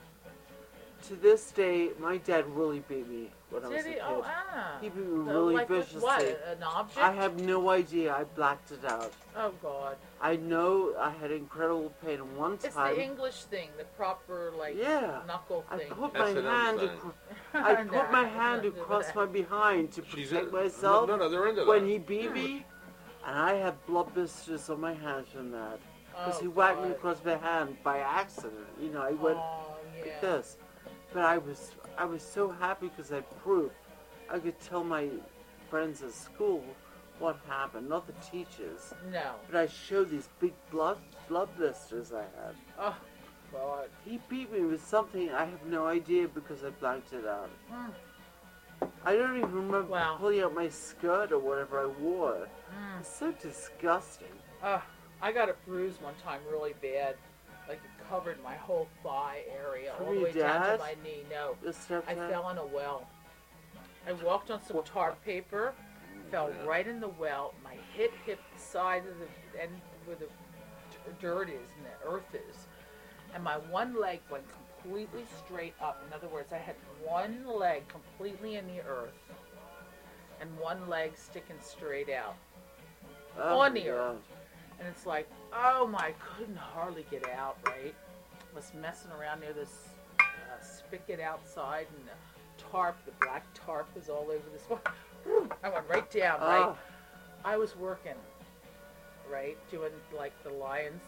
Speaker 3: To this day, my dad really beat me when I was
Speaker 5: Did
Speaker 3: a
Speaker 5: he?
Speaker 3: kid.
Speaker 5: Oh, ah.
Speaker 3: He beat me
Speaker 5: So,
Speaker 3: really
Speaker 5: like with
Speaker 3: viciously.
Speaker 5: what? An object?
Speaker 3: I have no idea. I blacked it out.
Speaker 5: Oh god.
Speaker 3: I know I had incredible pain and one
Speaker 5: It's
Speaker 3: time.
Speaker 5: the English thing, the proper like
Speaker 3: Yeah.
Speaker 5: knuckle
Speaker 3: I
Speaker 5: thing.
Speaker 3: put
Speaker 4: That's
Speaker 3: my
Speaker 4: another
Speaker 3: hand
Speaker 4: thing.
Speaker 3: across, I put my hand across my behind to
Speaker 4: She's
Speaker 3: protect
Speaker 4: in-
Speaker 3: myself
Speaker 4: No, no, they're into
Speaker 3: when
Speaker 4: that.
Speaker 3: he beat me, and I had blood blisters on my hand from that because
Speaker 5: Oh,
Speaker 3: he whacked me
Speaker 5: God.
Speaker 3: across the hand by accident. You know, I went
Speaker 5: Oh,
Speaker 3: like
Speaker 5: yeah.
Speaker 3: this, but I was I was so happy because I proved I could tell my friends at school what happened, not the teachers,
Speaker 5: No.
Speaker 3: but I showed these big blood blood blisters I had.
Speaker 5: Oh god.
Speaker 3: He beat me with something I have no idea because I blanked it out.
Speaker 5: Mm.
Speaker 3: I don't even remember
Speaker 5: Wow. Hmm.
Speaker 3: pulling out my skirt or whatever I wore. It's so disgusting.
Speaker 5: Uh, I got a bruise one time really bad. Like it covered my whole thigh area
Speaker 3: From
Speaker 5: all the
Speaker 3: your
Speaker 5: way down
Speaker 3: dad?
Speaker 5: to my knee. No.
Speaker 3: The step
Speaker 5: I fell in a well. I walked on some tar paper, fell right in the well. My hip hit the side of the and where the d- dirt is and the earth is, and my one leg went completely straight up. In other words, I had one leg completely in the earth, and one leg sticking straight out.
Speaker 3: oh
Speaker 5: on
Speaker 3: my
Speaker 5: here.
Speaker 3: God.
Speaker 5: And it's like, oh my, couldn't hardly get out, right? Was messing around near this uh, spigot outside and the tarp, the black tarp was all over this one. I went right down, right?
Speaker 3: Oh,
Speaker 5: I was working, right? Doing like the Lions,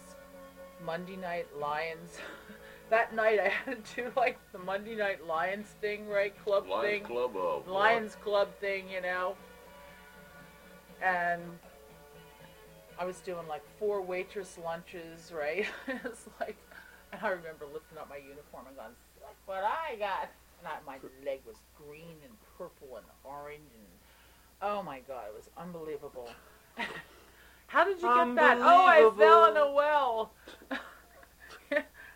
Speaker 5: Monday night Lions. that night I had to do like the Monday night Lions thing, right? Club
Speaker 4: Lions
Speaker 5: thing.
Speaker 4: Club. Oh, boy.
Speaker 5: Lions Club thing, you know. And I was doing like four waitress lunches, right? it's like, and I remember lifting up my uniform and going, "Look what I got!" And I, my leg was green and purple and orange, and oh my god, it was unbelievable. How did you get that? Oh, I fell in a well.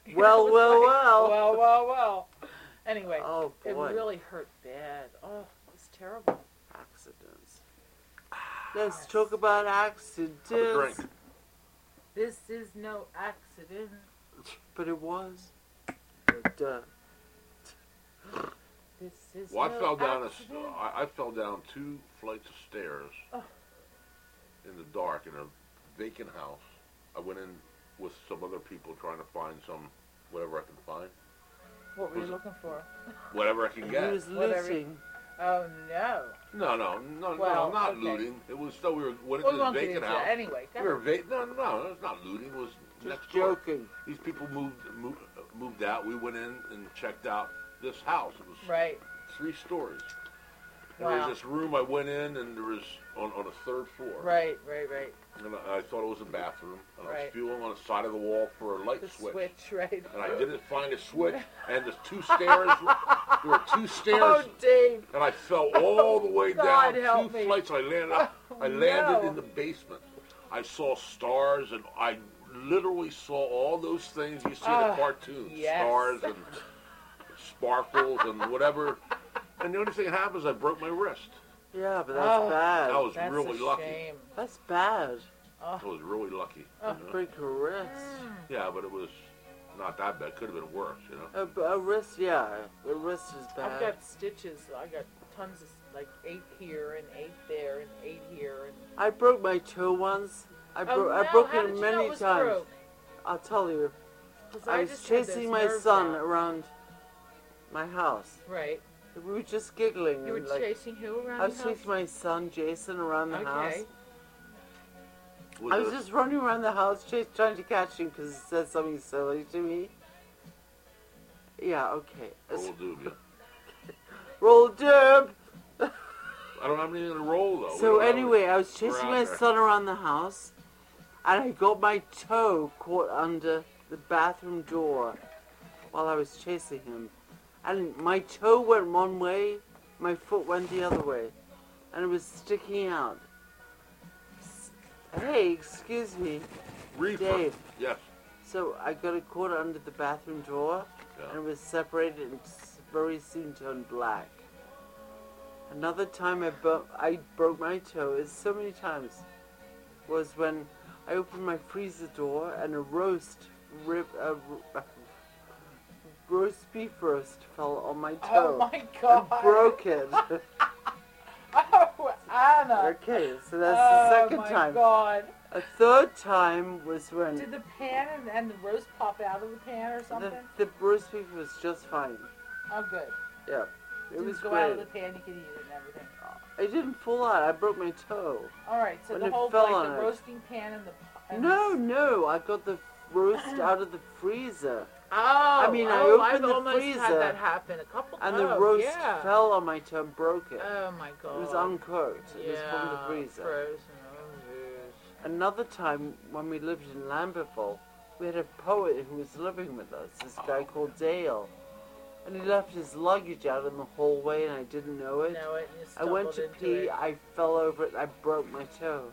Speaker 5: It
Speaker 3: Well,
Speaker 5: was
Speaker 3: well, well.
Speaker 5: Well, well, well. Anyway,
Speaker 3: oh
Speaker 5: it
Speaker 3: boy.
Speaker 5: really hurt bad. Oh, it was terrible.
Speaker 3: Accidents.
Speaker 5: Ah.
Speaker 3: Let's talk about accidents.
Speaker 4: Have a drink.
Speaker 5: This is no accident.
Speaker 3: But it was. Duh.
Speaker 5: This is
Speaker 4: Well, I
Speaker 5: no
Speaker 4: fell down. A, s-
Speaker 5: accident.
Speaker 4: I, I fell down two flights of stairs
Speaker 5: Oh.
Speaker 4: in the dark in a vacant house. I went in with some other people trying to find some whatever I can find,
Speaker 5: What were you
Speaker 4: was-
Speaker 5: looking for?
Speaker 4: whatever I
Speaker 3: And
Speaker 4: can
Speaker 3: He
Speaker 4: get.
Speaker 3: was
Speaker 5: Whatever.
Speaker 3: looting.
Speaker 5: Oh no.
Speaker 4: No, no, no,
Speaker 5: Well,
Speaker 4: no, not
Speaker 5: okay.
Speaker 4: looting. It was so we were went
Speaker 5: Well, we
Speaker 4: into the
Speaker 5: won't get
Speaker 4: vacant
Speaker 5: into
Speaker 4: house.
Speaker 5: that anyway.
Speaker 4: We
Speaker 5: Go
Speaker 4: were va- no, no, no, it was not looting. It was
Speaker 3: Just
Speaker 4: next door.
Speaker 3: joking.
Speaker 4: These people moved moved moved out. We went in and checked out this house. It was
Speaker 5: Right.
Speaker 4: three stories. There
Speaker 5: Wow.
Speaker 4: was this room I went in, and there was on on a third floor.
Speaker 5: Right. Right. Right.
Speaker 4: And I, I thought it was a bathroom. And I was
Speaker 5: Right.
Speaker 4: feeling on the side of the wall for a light
Speaker 5: The
Speaker 4: switch.
Speaker 5: switch. Right.
Speaker 4: And I didn't find a switch. And the two stairs. there were two stairs.
Speaker 5: Oh, Dave.
Speaker 4: and I fell all the way
Speaker 5: God
Speaker 4: down
Speaker 5: help
Speaker 4: two
Speaker 5: me.
Speaker 4: flights. I landed. Up,
Speaker 3: Oh,
Speaker 4: I landed
Speaker 5: no.
Speaker 4: in the basement. I saw stars, and I literally saw all those things you see in
Speaker 5: Ah,
Speaker 4: the cartoons:
Speaker 5: yes.
Speaker 4: stars and sparkles and whatever. And the only thing that happens, I broke my wrist.
Speaker 3: Yeah, but that's
Speaker 5: Oh.
Speaker 3: bad.
Speaker 8: That was
Speaker 5: That's
Speaker 8: really
Speaker 5: a
Speaker 8: lucky.
Speaker 5: shame.
Speaker 3: That's bad.
Speaker 8: That was really lucky. you
Speaker 5: Mm-hmm.
Speaker 8: know?
Speaker 3: Break a wrist.
Speaker 8: Yeah, but it was not that bad. Could have been worse, you know.
Speaker 3: A, a wrist, yeah. A wrist is bad.
Speaker 5: I've got stitches. I got tons of like eight here and eight there and eight here and.
Speaker 3: I broke my toe once. I, bro-
Speaker 5: oh, no,
Speaker 3: I broke
Speaker 5: how
Speaker 3: it
Speaker 5: did you know
Speaker 3: many
Speaker 5: it was
Speaker 3: times.
Speaker 5: broke?
Speaker 3: I'll tell you.
Speaker 5: 'Cause
Speaker 3: I, was
Speaker 5: just had
Speaker 3: chasing
Speaker 5: those
Speaker 3: my
Speaker 5: nerves
Speaker 3: son
Speaker 5: out.
Speaker 3: around my house.
Speaker 5: Right.
Speaker 3: We were just giggling.
Speaker 5: You were
Speaker 3: and, like,
Speaker 5: chasing who around?
Speaker 3: I
Speaker 5: the
Speaker 3: was
Speaker 5: house?
Speaker 3: chasing my son Jason around the
Speaker 5: Okay.
Speaker 3: house.
Speaker 8: Was
Speaker 3: I was
Speaker 8: it-
Speaker 3: just running around the house chase, trying to catch him because he said something silly to me. Yeah, okay.
Speaker 8: roll doobie.
Speaker 3: Roll derp!
Speaker 8: I don't have anything to roll though. We
Speaker 3: So
Speaker 8: don't have
Speaker 3: anyway, I was
Speaker 8: We're
Speaker 3: chasing
Speaker 8: out
Speaker 3: my
Speaker 8: there.
Speaker 3: son around the house, and I got my toe caught under the bathroom door while I was chasing him, and my toe went one way, my foot went the other way, and it was sticking out. S- Hey, excuse me,
Speaker 8: a reefer.
Speaker 3: Dave.
Speaker 8: Yes.
Speaker 3: So I got it caught under the bathroom door, and
Speaker 8: Yeah.
Speaker 3: it was separated and s- very soon turned black. Another time I, bu- I broke my toe, it's so many times, was when I opened my freezer door and a roast rib, a, r- roast beef roast fell on my
Speaker 5: Oh
Speaker 3: toe.
Speaker 5: my
Speaker 3: and
Speaker 5: god.
Speaker 3: broke it.
Speaker 5: Oh, Anna.
Speaker 3: okay, so that's
Speaker 5: oh
Speaker 3: the second
Speaker 5: my
Speaker 3: time.
Speaker 5: god.
Speaker 3: A third time was when
Speaker 5: Did the pan and, and the roast pop out of the pan or something?
Speaker 3: the, the roast beef was just fine.
Speaker 5: oh, good.
Speaker 3: Yeah, it
Speaker 5: Didn't
Speaker 3: was
Speaker 5: go
Speaker 3: great.
Speaker 5: out of the pan. You could eat it and everything.
Speaker 3: I didn't fall out. I broke my toe.
Speaker 5: All right. So
Speaker 3: When
Speaker 5: the
Speaker 3: it
Speaker 5: whole
Speaker 3: fell on
Speaker 5: like the
Speaker 3: it.
Speaker 5: roasting pan and the. And
Speaker 3: No, no. I got the roast out of the freezer,
Speaker 5: Oh, I
Speaker 3: mean, I
Speaker 5: oh,
Speaker 3: opened
Speaker 5: I've
Speaker 3: the
Speaker 5: almost
Speaker 3: freezer,
Speaker 5: had that happen a couple
Speaker 3: and
Speaker 5: times.
Speaker 3: the roast
Speaker 5: Oh, yeah.
Speaker 3: fell on my toe and broke it.
Speaker 5: Oh my god.
Speaker 3: it was uncooked. It
Speaker 5: yeah,
Speaker 3: was from the freezer.
Speaker 5: Frozen. Oh, yes.
Speaker 3: Another time when we lived in Lambertville, we had a poet who was living with us. This
Speaker 5: Oh.
Speaker 3: guy called Dale, and he left his luggage out in the hallway, and I didn't know it.
Speaker 5: No, it just
Speaker 3: I went to
Speaker 5: stumbled into
Speaker 3: pee.
Speaker 5: it.
Speaker 3: I fell over it. I broke my toe,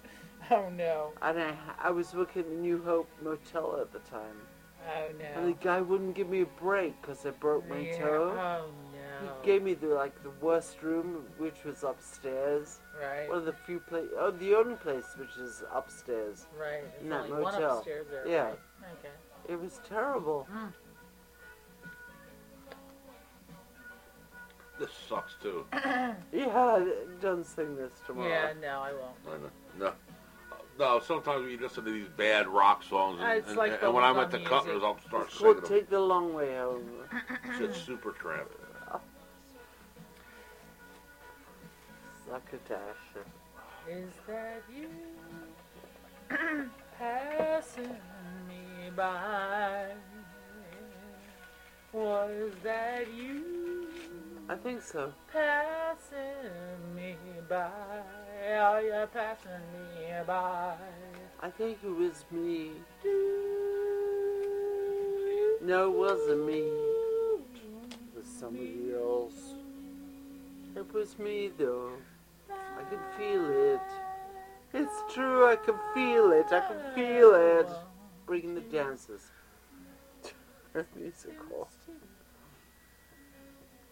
Speaker 5: Oh no.
Speaker 3: and I I was working at the New Hope Motel at the time.
Speaker 5: Oh
Speaker 3: And the
Speaker 5: no.
Speaker 3: guy wouldn't give me a break because I broke my
Speaker 5: Yeah,
Speaker 3: toe.
Speaker 5: Oh
Speaker 3: He
Speaker 5: no.
Speaker 3: gave me the like the worst room, which was upstairs.
Speaker 5: right.
Speaker 3: One of the few place, oh, the only place which is upstairs.
Speaker 5: right. There's
Speaker 3: in that
Speaker 5: only one
Speaker 3: motel.
Speaker 5: upstairs there.
Speaker 3: Yeah.
Speaker 5: Right? Okay.
Speaker 3: It was terrible.
Speaker 8: This sucks too.
Speaker 3: Yeah, don't sing this tomorrow.
Speaker 5: Yeah. No, I won't.
Speaker 8: I know. No. No, sometimes we listen to these bad rock songs,
Speaker 5: Uh,
Speaker 8: and,
Speaker 5: it's
Speaker 8: and,
Speaker 5: like
Speaker 8: and when I'm at
Speaker 5: bubblegum
Speaker 8: the
Speaker 5: music.
Speaker 8: cutler's, I'll start
Speaker 3: It's
Speaker 8: singing
Speaker 3: called
Speaker 8: them.
Speaker 3: Take the Long Way Home.
Speaker 8: Shit's super tramp.
Speaker 3: Succotash.
Speaker 5: Is that you passing me by? Was that you
Speaker 3: I think so.
Speaker 5: passing me by? Are you passing me by?
Speaker 3: I think it was me. No, it wasn't me. It was somebody else. It was me, though. I can feel it. It's true, I can feel it. I can feel it. Bringing the dancers. Musical.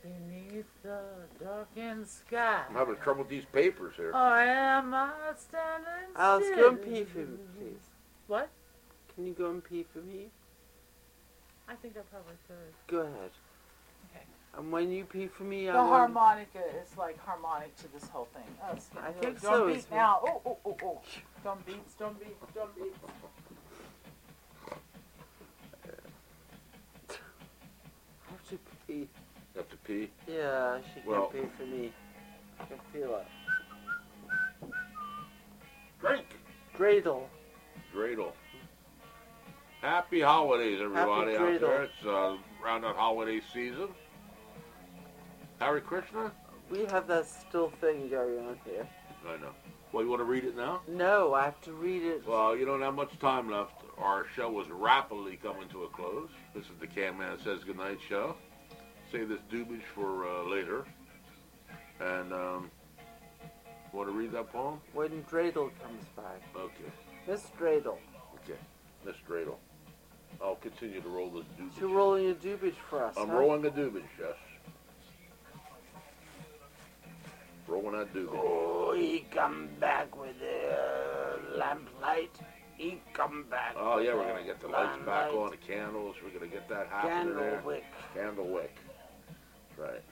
Speaker 5: Beneath the darkened sky.
Speaker 8: I'm having trouble with these papers here.
Speaker 5: Or am I standing
Speaker 3: Alice,
Speaker 5: still?
Speaker 3: go and pee for me, please.
Speaker 5: What?
Speaker 3: Can you go and pee for me?
Speaker 5: I think I probably could.
Speaker 3: Go ahead.
Speaker 5: Okay.
Speaker 3: And when you pee for me,
Speaker 5: The
Speaker 3: I want...
Speaker 5: harmonica is like harmonic to this whole thing. Oh, it's
Speaker 3: I think
Speaker 5: drum
Speaker 3: so,
Speaker 5: Beat
Speaker 3: it's-
Speaker 5: now. Oh, oh, oh, oh. Drum beats, drum beats, drum beats.
Speaker 3: I have to pee.
Speaker 8: You have to pee.
Speaker 3: Yeah, she can
Speaker 8: Well-
Speaker 3: pee for me. I can feel it.
Speaker 8: Drink.
Speaker 3: Dreidel.
Speaker 8: Dreidel. Happy holidays, everybody
Speaker 3: dreidel.
Speaker 8: out there. It's uh, around that holiday season. Hare Krishna?
Speaker 3: We have that still thing going on here.
Speaker 8: I know. Well, you want to read it now?
Speaker 3: No, I have to read it.
Speaker 8: Well, you don't have much time left. Our show was rapidly coming to a close. This is the Can Man Says Goodnight show. Save this doobage for uh, later. And, um, want to read that poem?
Speaker 3: when Dreidel comes back.
Speaker 8: Okay.
Speaker 3: Miss Dreidel,
Speaker 8: Okay. Miss Dreidel. I'll continue to roll this doobage.
Speaker 3: you're rolling a doobage for us.
Speaker 8: I'm
Speaker 3: huh?
Speaker 8: rolling a doobage, yes.
Speaker 4: rolling that doobie.
Speaker 9: Oh, he come back with the lamplight. He come back.
Speaker 4: Oh yeah,
Speaker 9: with
Speaker 4: we're gonna get the lights back
Speaker 9: lamplight.
Speaker 4: on, the candles. We're gonna get that happening
Speaker 9: Candle
Speaker 4: there.
Speaker 9: wick.
Speaker 4: Candle wick. Right.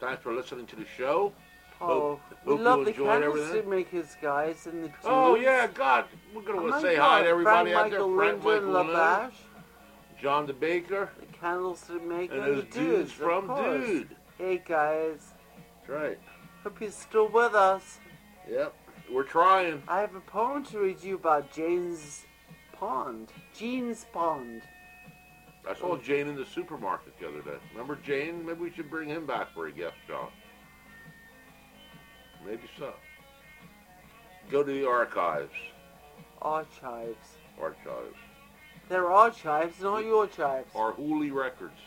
Speaker 4: Thanks for listening to the show.
Speaker 3: Oh,
Speaker 4: Hope-
Speaker 3: we
Speaker 4: hope you
Speaker 3: love the
Speaker 4: enjoyed
Speaker 3: candlestick
Speaker 4: everything.
Speaker 3: makers, guys, and the tunes.
Speaker 4: Oh yeah, God, we're gonna
Speaker 3: Oh
Speaker 4: wanna
Speaker 3: my
Speaker 4: say
Speaker 3: God,
Speaker 4: hi to everybody
Speaker 3: Frank
Speaker 4: out there.
Speaker 3: Michael
Speaker 4: Frank
Speaker 3: Linden,
Speaker 4: Michael Linden,
Speaker 3: Labash,
Speaker 4: John the Baker,
Speaker 3: the candlestick maker,
Speaker 4: and
Speaker 3: the
Speaker 4: those dudes
Speaker 3: of
Speaker 4: from
Speaker 3: course.
Speaker 4: Dude.
Speaker 3: Hey guys,
Speaker 4: That's right.
Speaker 3: hope you're still with us.
Speaker 4: Yep. We're trying.
Speaker 3: I have a poem to read you about Jane's Pond. Jean's Pond.
Speaker 4: I
Speaker 3: Oh.
Speaker 4: saw Jane in the supermarket the other day. Remember Jane? Maybe we should bring him back for a guest job. Maybe so. Go to the archives.
Speaker 3: Archives.
Speaker 4: Archives.
Speaker 3: They're archives, not your chives.
Speaker 4: Our Hooli Records.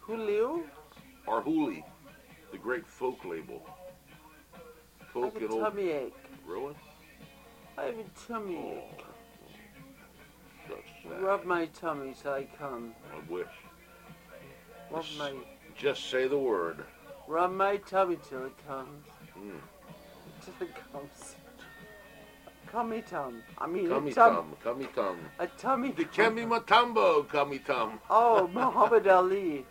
Speaker 3: Julio?
Speaker 4: Our Hooli. The great folk label.
Speaker 3: I
Speaker 4: Folk
Speaker 3: have a
Speaker 4: and old
Speaker 3: tummy ache.
Speaker 4: ruin.
Speaker 3: I have a tummy
Speaker 4: Oh,
Speaker 3: ache.
Speaker 4: that's sad.
Speaker 3: Rub my tummy till I come.
Speaker 4: I wish.
Speaker 3: Rub
Speaker 4: Yes.
Speaker 3: my
Speaker 4: Just say the word.
Speaker 3: rub my tummy till it comes.
Speaker 4: Mm.
Speaker 3: Till it comes. Cummy tum. I mean
Speaker 4: Cummy
Speaker 3: a tum
Speaker 4: tum, cummy tum.
Speaker 3: a tummy
Speaker 4: The
Speaker 3: tum.
Speaker 4: Kemi Matumbo, cummy tum.
Speaker 3: Oh, Muhammad Ali.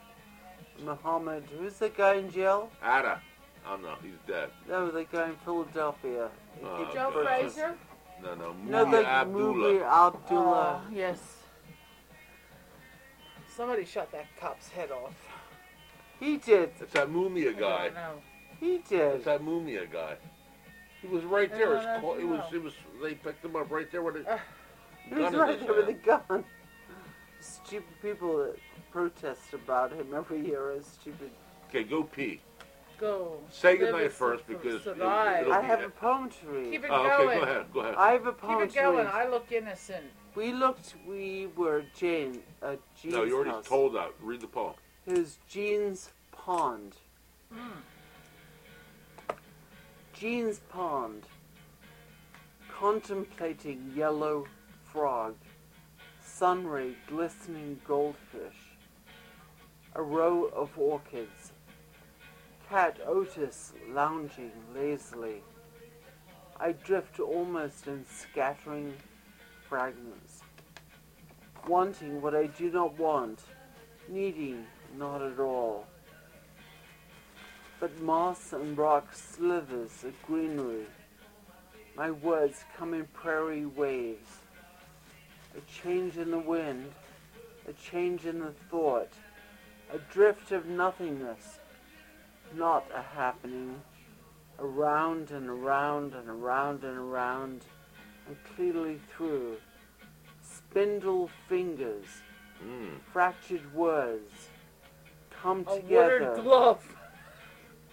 Speaker 3: Muhammad, who's the guy in jail?
Speaker 4: Ada. Oh no, he's dead.
Speaker 3: No, the guy in Philadelphia. He
Speaker 4: Oh,
Speaker 3: keeps
Speaker 4: okay.
Speaker 5: Joe
Speaker 4: But-
Speaker 5: Frazier.
Speaker 4: No, no,
Speaker 3: No,
Speaker 4: Mubi
Speaker 3: the movie
Speaker 4: Abdullah.
Speaker 3: Abdullah.
Speaker 5: Oh, yes. Somebody shut that cop's head off.
Speaker 3: He did.
Speaker 4: It's that Mumia
Speaker 5: I
Speaker 4: guy.
Speaker 5: don't know.
Speaker 3: He
Speaker 4: It's
Speaker 3: did.
Speaker 4: that Mumia guy. He was right there. It's
Speaker 5: Yeah,
Speaker 4: co- it was.
Speaker 5: that's
Speaker 4: It was. They picked him up right there with a
Speaker 3: Uh, He was
Speaker 4: gun in
Speaker 3: right
Speaker 4: his
Speaker 3: there with a
Speaker 4: hand.
Speaker 3: gun. Stupid people that protest about him every year are stupid.
Speaker 4: Okay, go pee.
Speaker 5: Go.
Speaker 4: Say
Speaker 5: Live
Speaker 4: goodnight
Speaker 5: and
Speaker 4: first
Speaker 5: sur-
Speaker 4: because it'll-
Speaker 5: survive.
Speaker 4: it'll-
Speaker 3: I have a poem to
Speaker 5: Keep
Speaker 3: read.
Speaker 5: it
Speaker 4: Oh,
Speaker 5: going.
Speaker 4: okay, go ahead. Go ahead.
Speaker 3: I have a
Speaker 5: Keep
Speaker 3: poem
Speaker 5: it
Speaker 3: to
Speaker 5: going.
Speaker 3: read.
Speaker 5: I look innocent.
Speaker 3: We looked, we were Jane, at Jean's
Speaker 4: No, you already
Speaker 3: house.
Speaker 4: told that. Read the poem.
Speaker 3: It was Jean's Pond. Jean's Pond. Contemplating yellow frog, sunray glistening goldfish, a row of orchids, cat Otis lounging lazily. I drift almost in scattering fragments, wanting what I do not want, needing not at all. But moss and rock slivers of greenery. My words come in prairie waves. A change in the wind, a change in the thought, a drift of nothingness, not a happening, around and around and around and around, and clearly through. Spindle fingers,
Speaker 4: Mm.
Speaker 3: fractured words come
Speaker 5: A
Speaker 3: together.
Speaker 5: watered glove.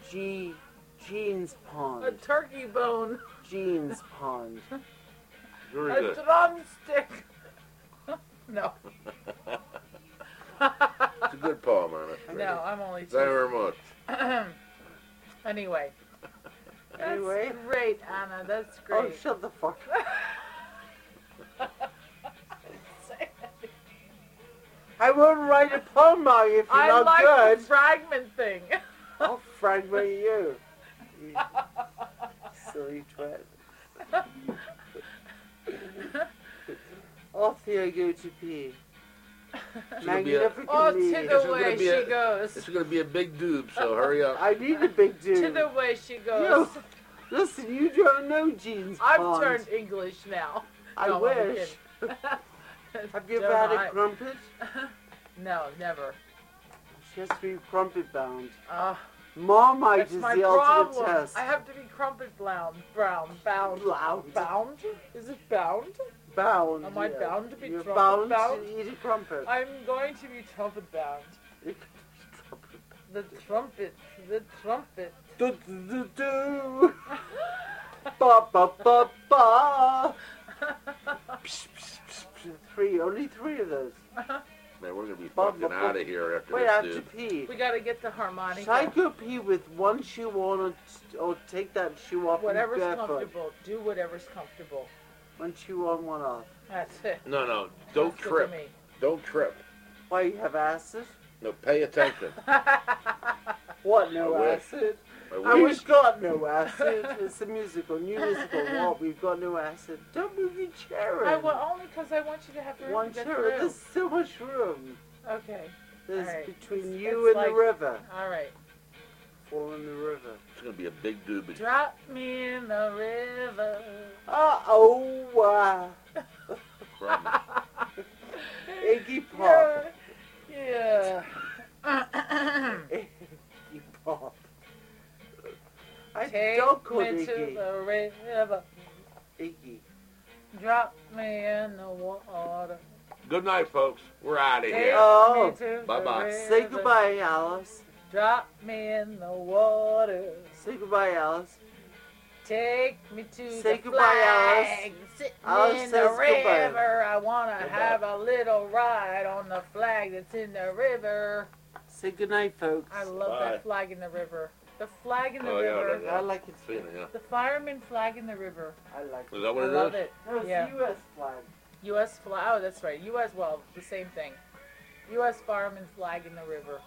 Speaker 3: G jeans
Speaker 5: A
Speaker 3: pond.
Speaker 5: turkey bone.
Speaker 3: Jeans pond.
Speaker 4: Very
Speaker 5: A
Speaker 4: good.
Speaker 5: drumstick. no,
Speaker 4: It's a good poem, Anna.
Speaker 5: no, I'm only
Speaker 4: Thank you
Speaker 5: two.
Speaker 4: very much.
Speaker 5: anyway. That's
Speaker 3: Anyway.
Speaker 5: great, Anna. That's
Speaker 3: Oh,
Speaker 5: great.
Speaker 3: shut the fuck up. I won't write a poem on you if you're
Speaker 5: I
Speaker 3: not
Speaker 5: like
Speaker 3: good. Oh,
Speaker 5: the fragment thing.
Speaker 3: I'll fragment you. you silly twat. Off you go to pee.
Speaker 4: It's gonna be a,
Speaker 5: Oh,
Speaker 3: Magnificent
Speaker 5: to
Speaker 3: me.
Speaker 5: the
Speaker 4: gonna
Speaker 5: way
Speaker 4: be
Speaker 5: she
Speaker 4: a-
Speaker 5: goes.
Speaker 4: it's gonna be a big doob, so hurry up.
Speaker 3: I need a big dude.
Speaker 5: To the way she goes.
Speaker 3: You, listen, you don't know jeans
Speaker 5: I've
Speaker 3: pond.
Speaker 5: turned English now.
Speaker 3: I
Speaker 5: No, I'm
Speaker 3: wish.
Speaker 5: kidding.
Speaker 3: Have you
Speaker 5: Don't
Speaker 3: ever had
Speaker 5: I?
Speaker 3: a crumpet?
Speaker 5: No, never.
Speaker 3: She has to be crumpet bound.
Speaker 5: Uh,
Speaker 3: Marmite
Speaker 5: that's
Speaker 3: is
Speaker 5: my
Speaker 3: the ultimate
Speaker 5: problem.
Speaker 3: test.
Speaker 5: I have to be crumpet brown, brown, bound,
Speaker 3: Bound.
Speaker 5: bound. Is it bound?
Speaker 3: bound.
Speaker 5: Am I
Speaker 3: yeah.
Speaker 5: bound to be
Speaker 3: You're
Speaker 5: trumpet
Speaker 3: bound,
Speaker 5: bound?
Speaker 3: to eat a crumpet.
Speaker 5: I'm going to be trumpet bound.
Speaker 3: You
Speaker 5: The trumpet, the trumpet.
Speaker 3: do do do do. ba ba ba ba. Psh, psh, psh, psh. Three, only three of those.
Speaker 4: Man, we're gonna be
Speaker 3: Bob,
Speaker 4: fucking
Speaker 3: Bob, Bob.
Speaker 4: out of here after
Speaker 3: Wait, I have
Speaker 4: this
Speaker 3: to
Speaker 4: dude.
Speaker 3: pee.
Speaker 5: We gotta get the
Speaker 3: Should I
Speaker 5: harmonica.
Speaker 3: go pee with one shoe on or, or take that shoe off
Speaker 5: Whatever's
Speaker 3: and barefoot?
Speaker 5: comfortable. Do whatever's comfortable.
Speaker 3: One shoe on, one off.
Speaker 5: That's it.
Speaker 4: No, no, don't
Speaker 5: That's good to
Speaker 4: trip.
Speaker 5: me.
Speaker 4: Don't trip.
Speaker 3: Why, you have acid?
Speaker 4: No, pay attention.
Speaker 3: What, no
Speaker 4: I wish.
Speaker 3: acid?
Speaker 8: My
Speaker 3: And
Speaker 8: wife-
Speaker 3: we've got no acid. It's a musical, new musical. What? We've got no acid. Don't move your chair.
Speaker 5: I
Speaker 3: in.
Speaker 5: will only because I want you to have room
Speaker 3: One
Speaker 5: to get
Speaker 3: chair.
Speaker 5: through.
Speaker 3: There's so much room.
Speaker 5: Okay.
Speaker 3: There's
Speaker 5: All right.
Speaker 3: between
Speaker 5: It's-
Speaker 3: you
Speaker 5: it's
Speaker 3: and the
Speaker 5: like-
Speaker 3: river.
Speaker 5: All right.
Speaker 3: Fall in the river.
Speaker 8: It's gonna be a big doobie.
Speaker 5: Drop me in the river.
Speaker 3: Uh oh. Uh,
Speaker 8: Promise.
Speaker 3: Iggy Pop.
Speaker 5: Yeah. Yeah.
Speaker 3: Iggy Pop. I
Speaker 5: Take
Speaker 3: don't call
Speaker 5: me to
Speaker 3: Iggy.
Speaker 5: the river.
Speaker 3: Iggy.
Speaker 5: Drop me in the water.
Speaker 8: Good night, folks. We're out of
Speaker 5: Take
Speaker 8: here.
Speaker 3: Oh.
Speaker 5: me to
Speaker 8: Bye-bye.
Speaker 5: the
Speaker 3: Say
Speaker 5: river.
Speaker 3: goodbye, Alice.
Speaker 5: Drop me in the water.
Speaker 3: Say goodbye, Alice.
Speaker 5: Take me to
Speaker 3: Say
Speaker 5: the
Speaker 3: goodbye,
Speaker 5: flag.
Speaker 3: Alice.
Speaker 5: Sitting
Speaker 3: Alice says
Speaker 5: in the
Speaker 3: goodbye.
Speaker 5: river. I wanna
Speaker 8: Goodbye.
Speaker 5: have a little ride on the flag that's in the river.
Speaker 3: Say goodnight, folks.
Speaker 5: I love
Speaker 8: Bye.
Speaker 5: that flag in the river. The flag in the
Speaker 8: Oh, yeah,
Speaker 5: river.
Speaker 8: that-
Speaker 3: I like it
Speaker 8: Yeah,
Speaker 3: too.
Speaker 8: yeah.
Speaker 5: The fireman flag in the river.
Speaker 3: I like
Speaker 8: Is
Speaker 3: it.
Speaker 8: that
Speaker 5: I
Speaker 8: what it
Speaker 5: love
Speaker 8: is?
Speaker 5: it.
Speaker 3: No, it's
Speaker 5: Yeah.
Speaker 3: the U.S. flag.
Speaker 5: U.S. flag. Oh, that's right. U.S. Well, the same thing. U.S. fireman flag in the river.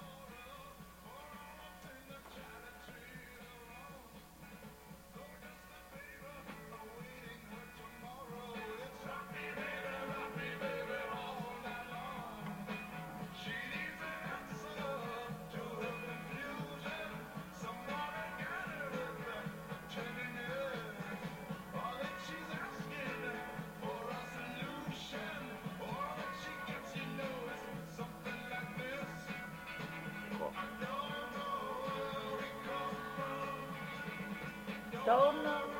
Speaker 5: Don't know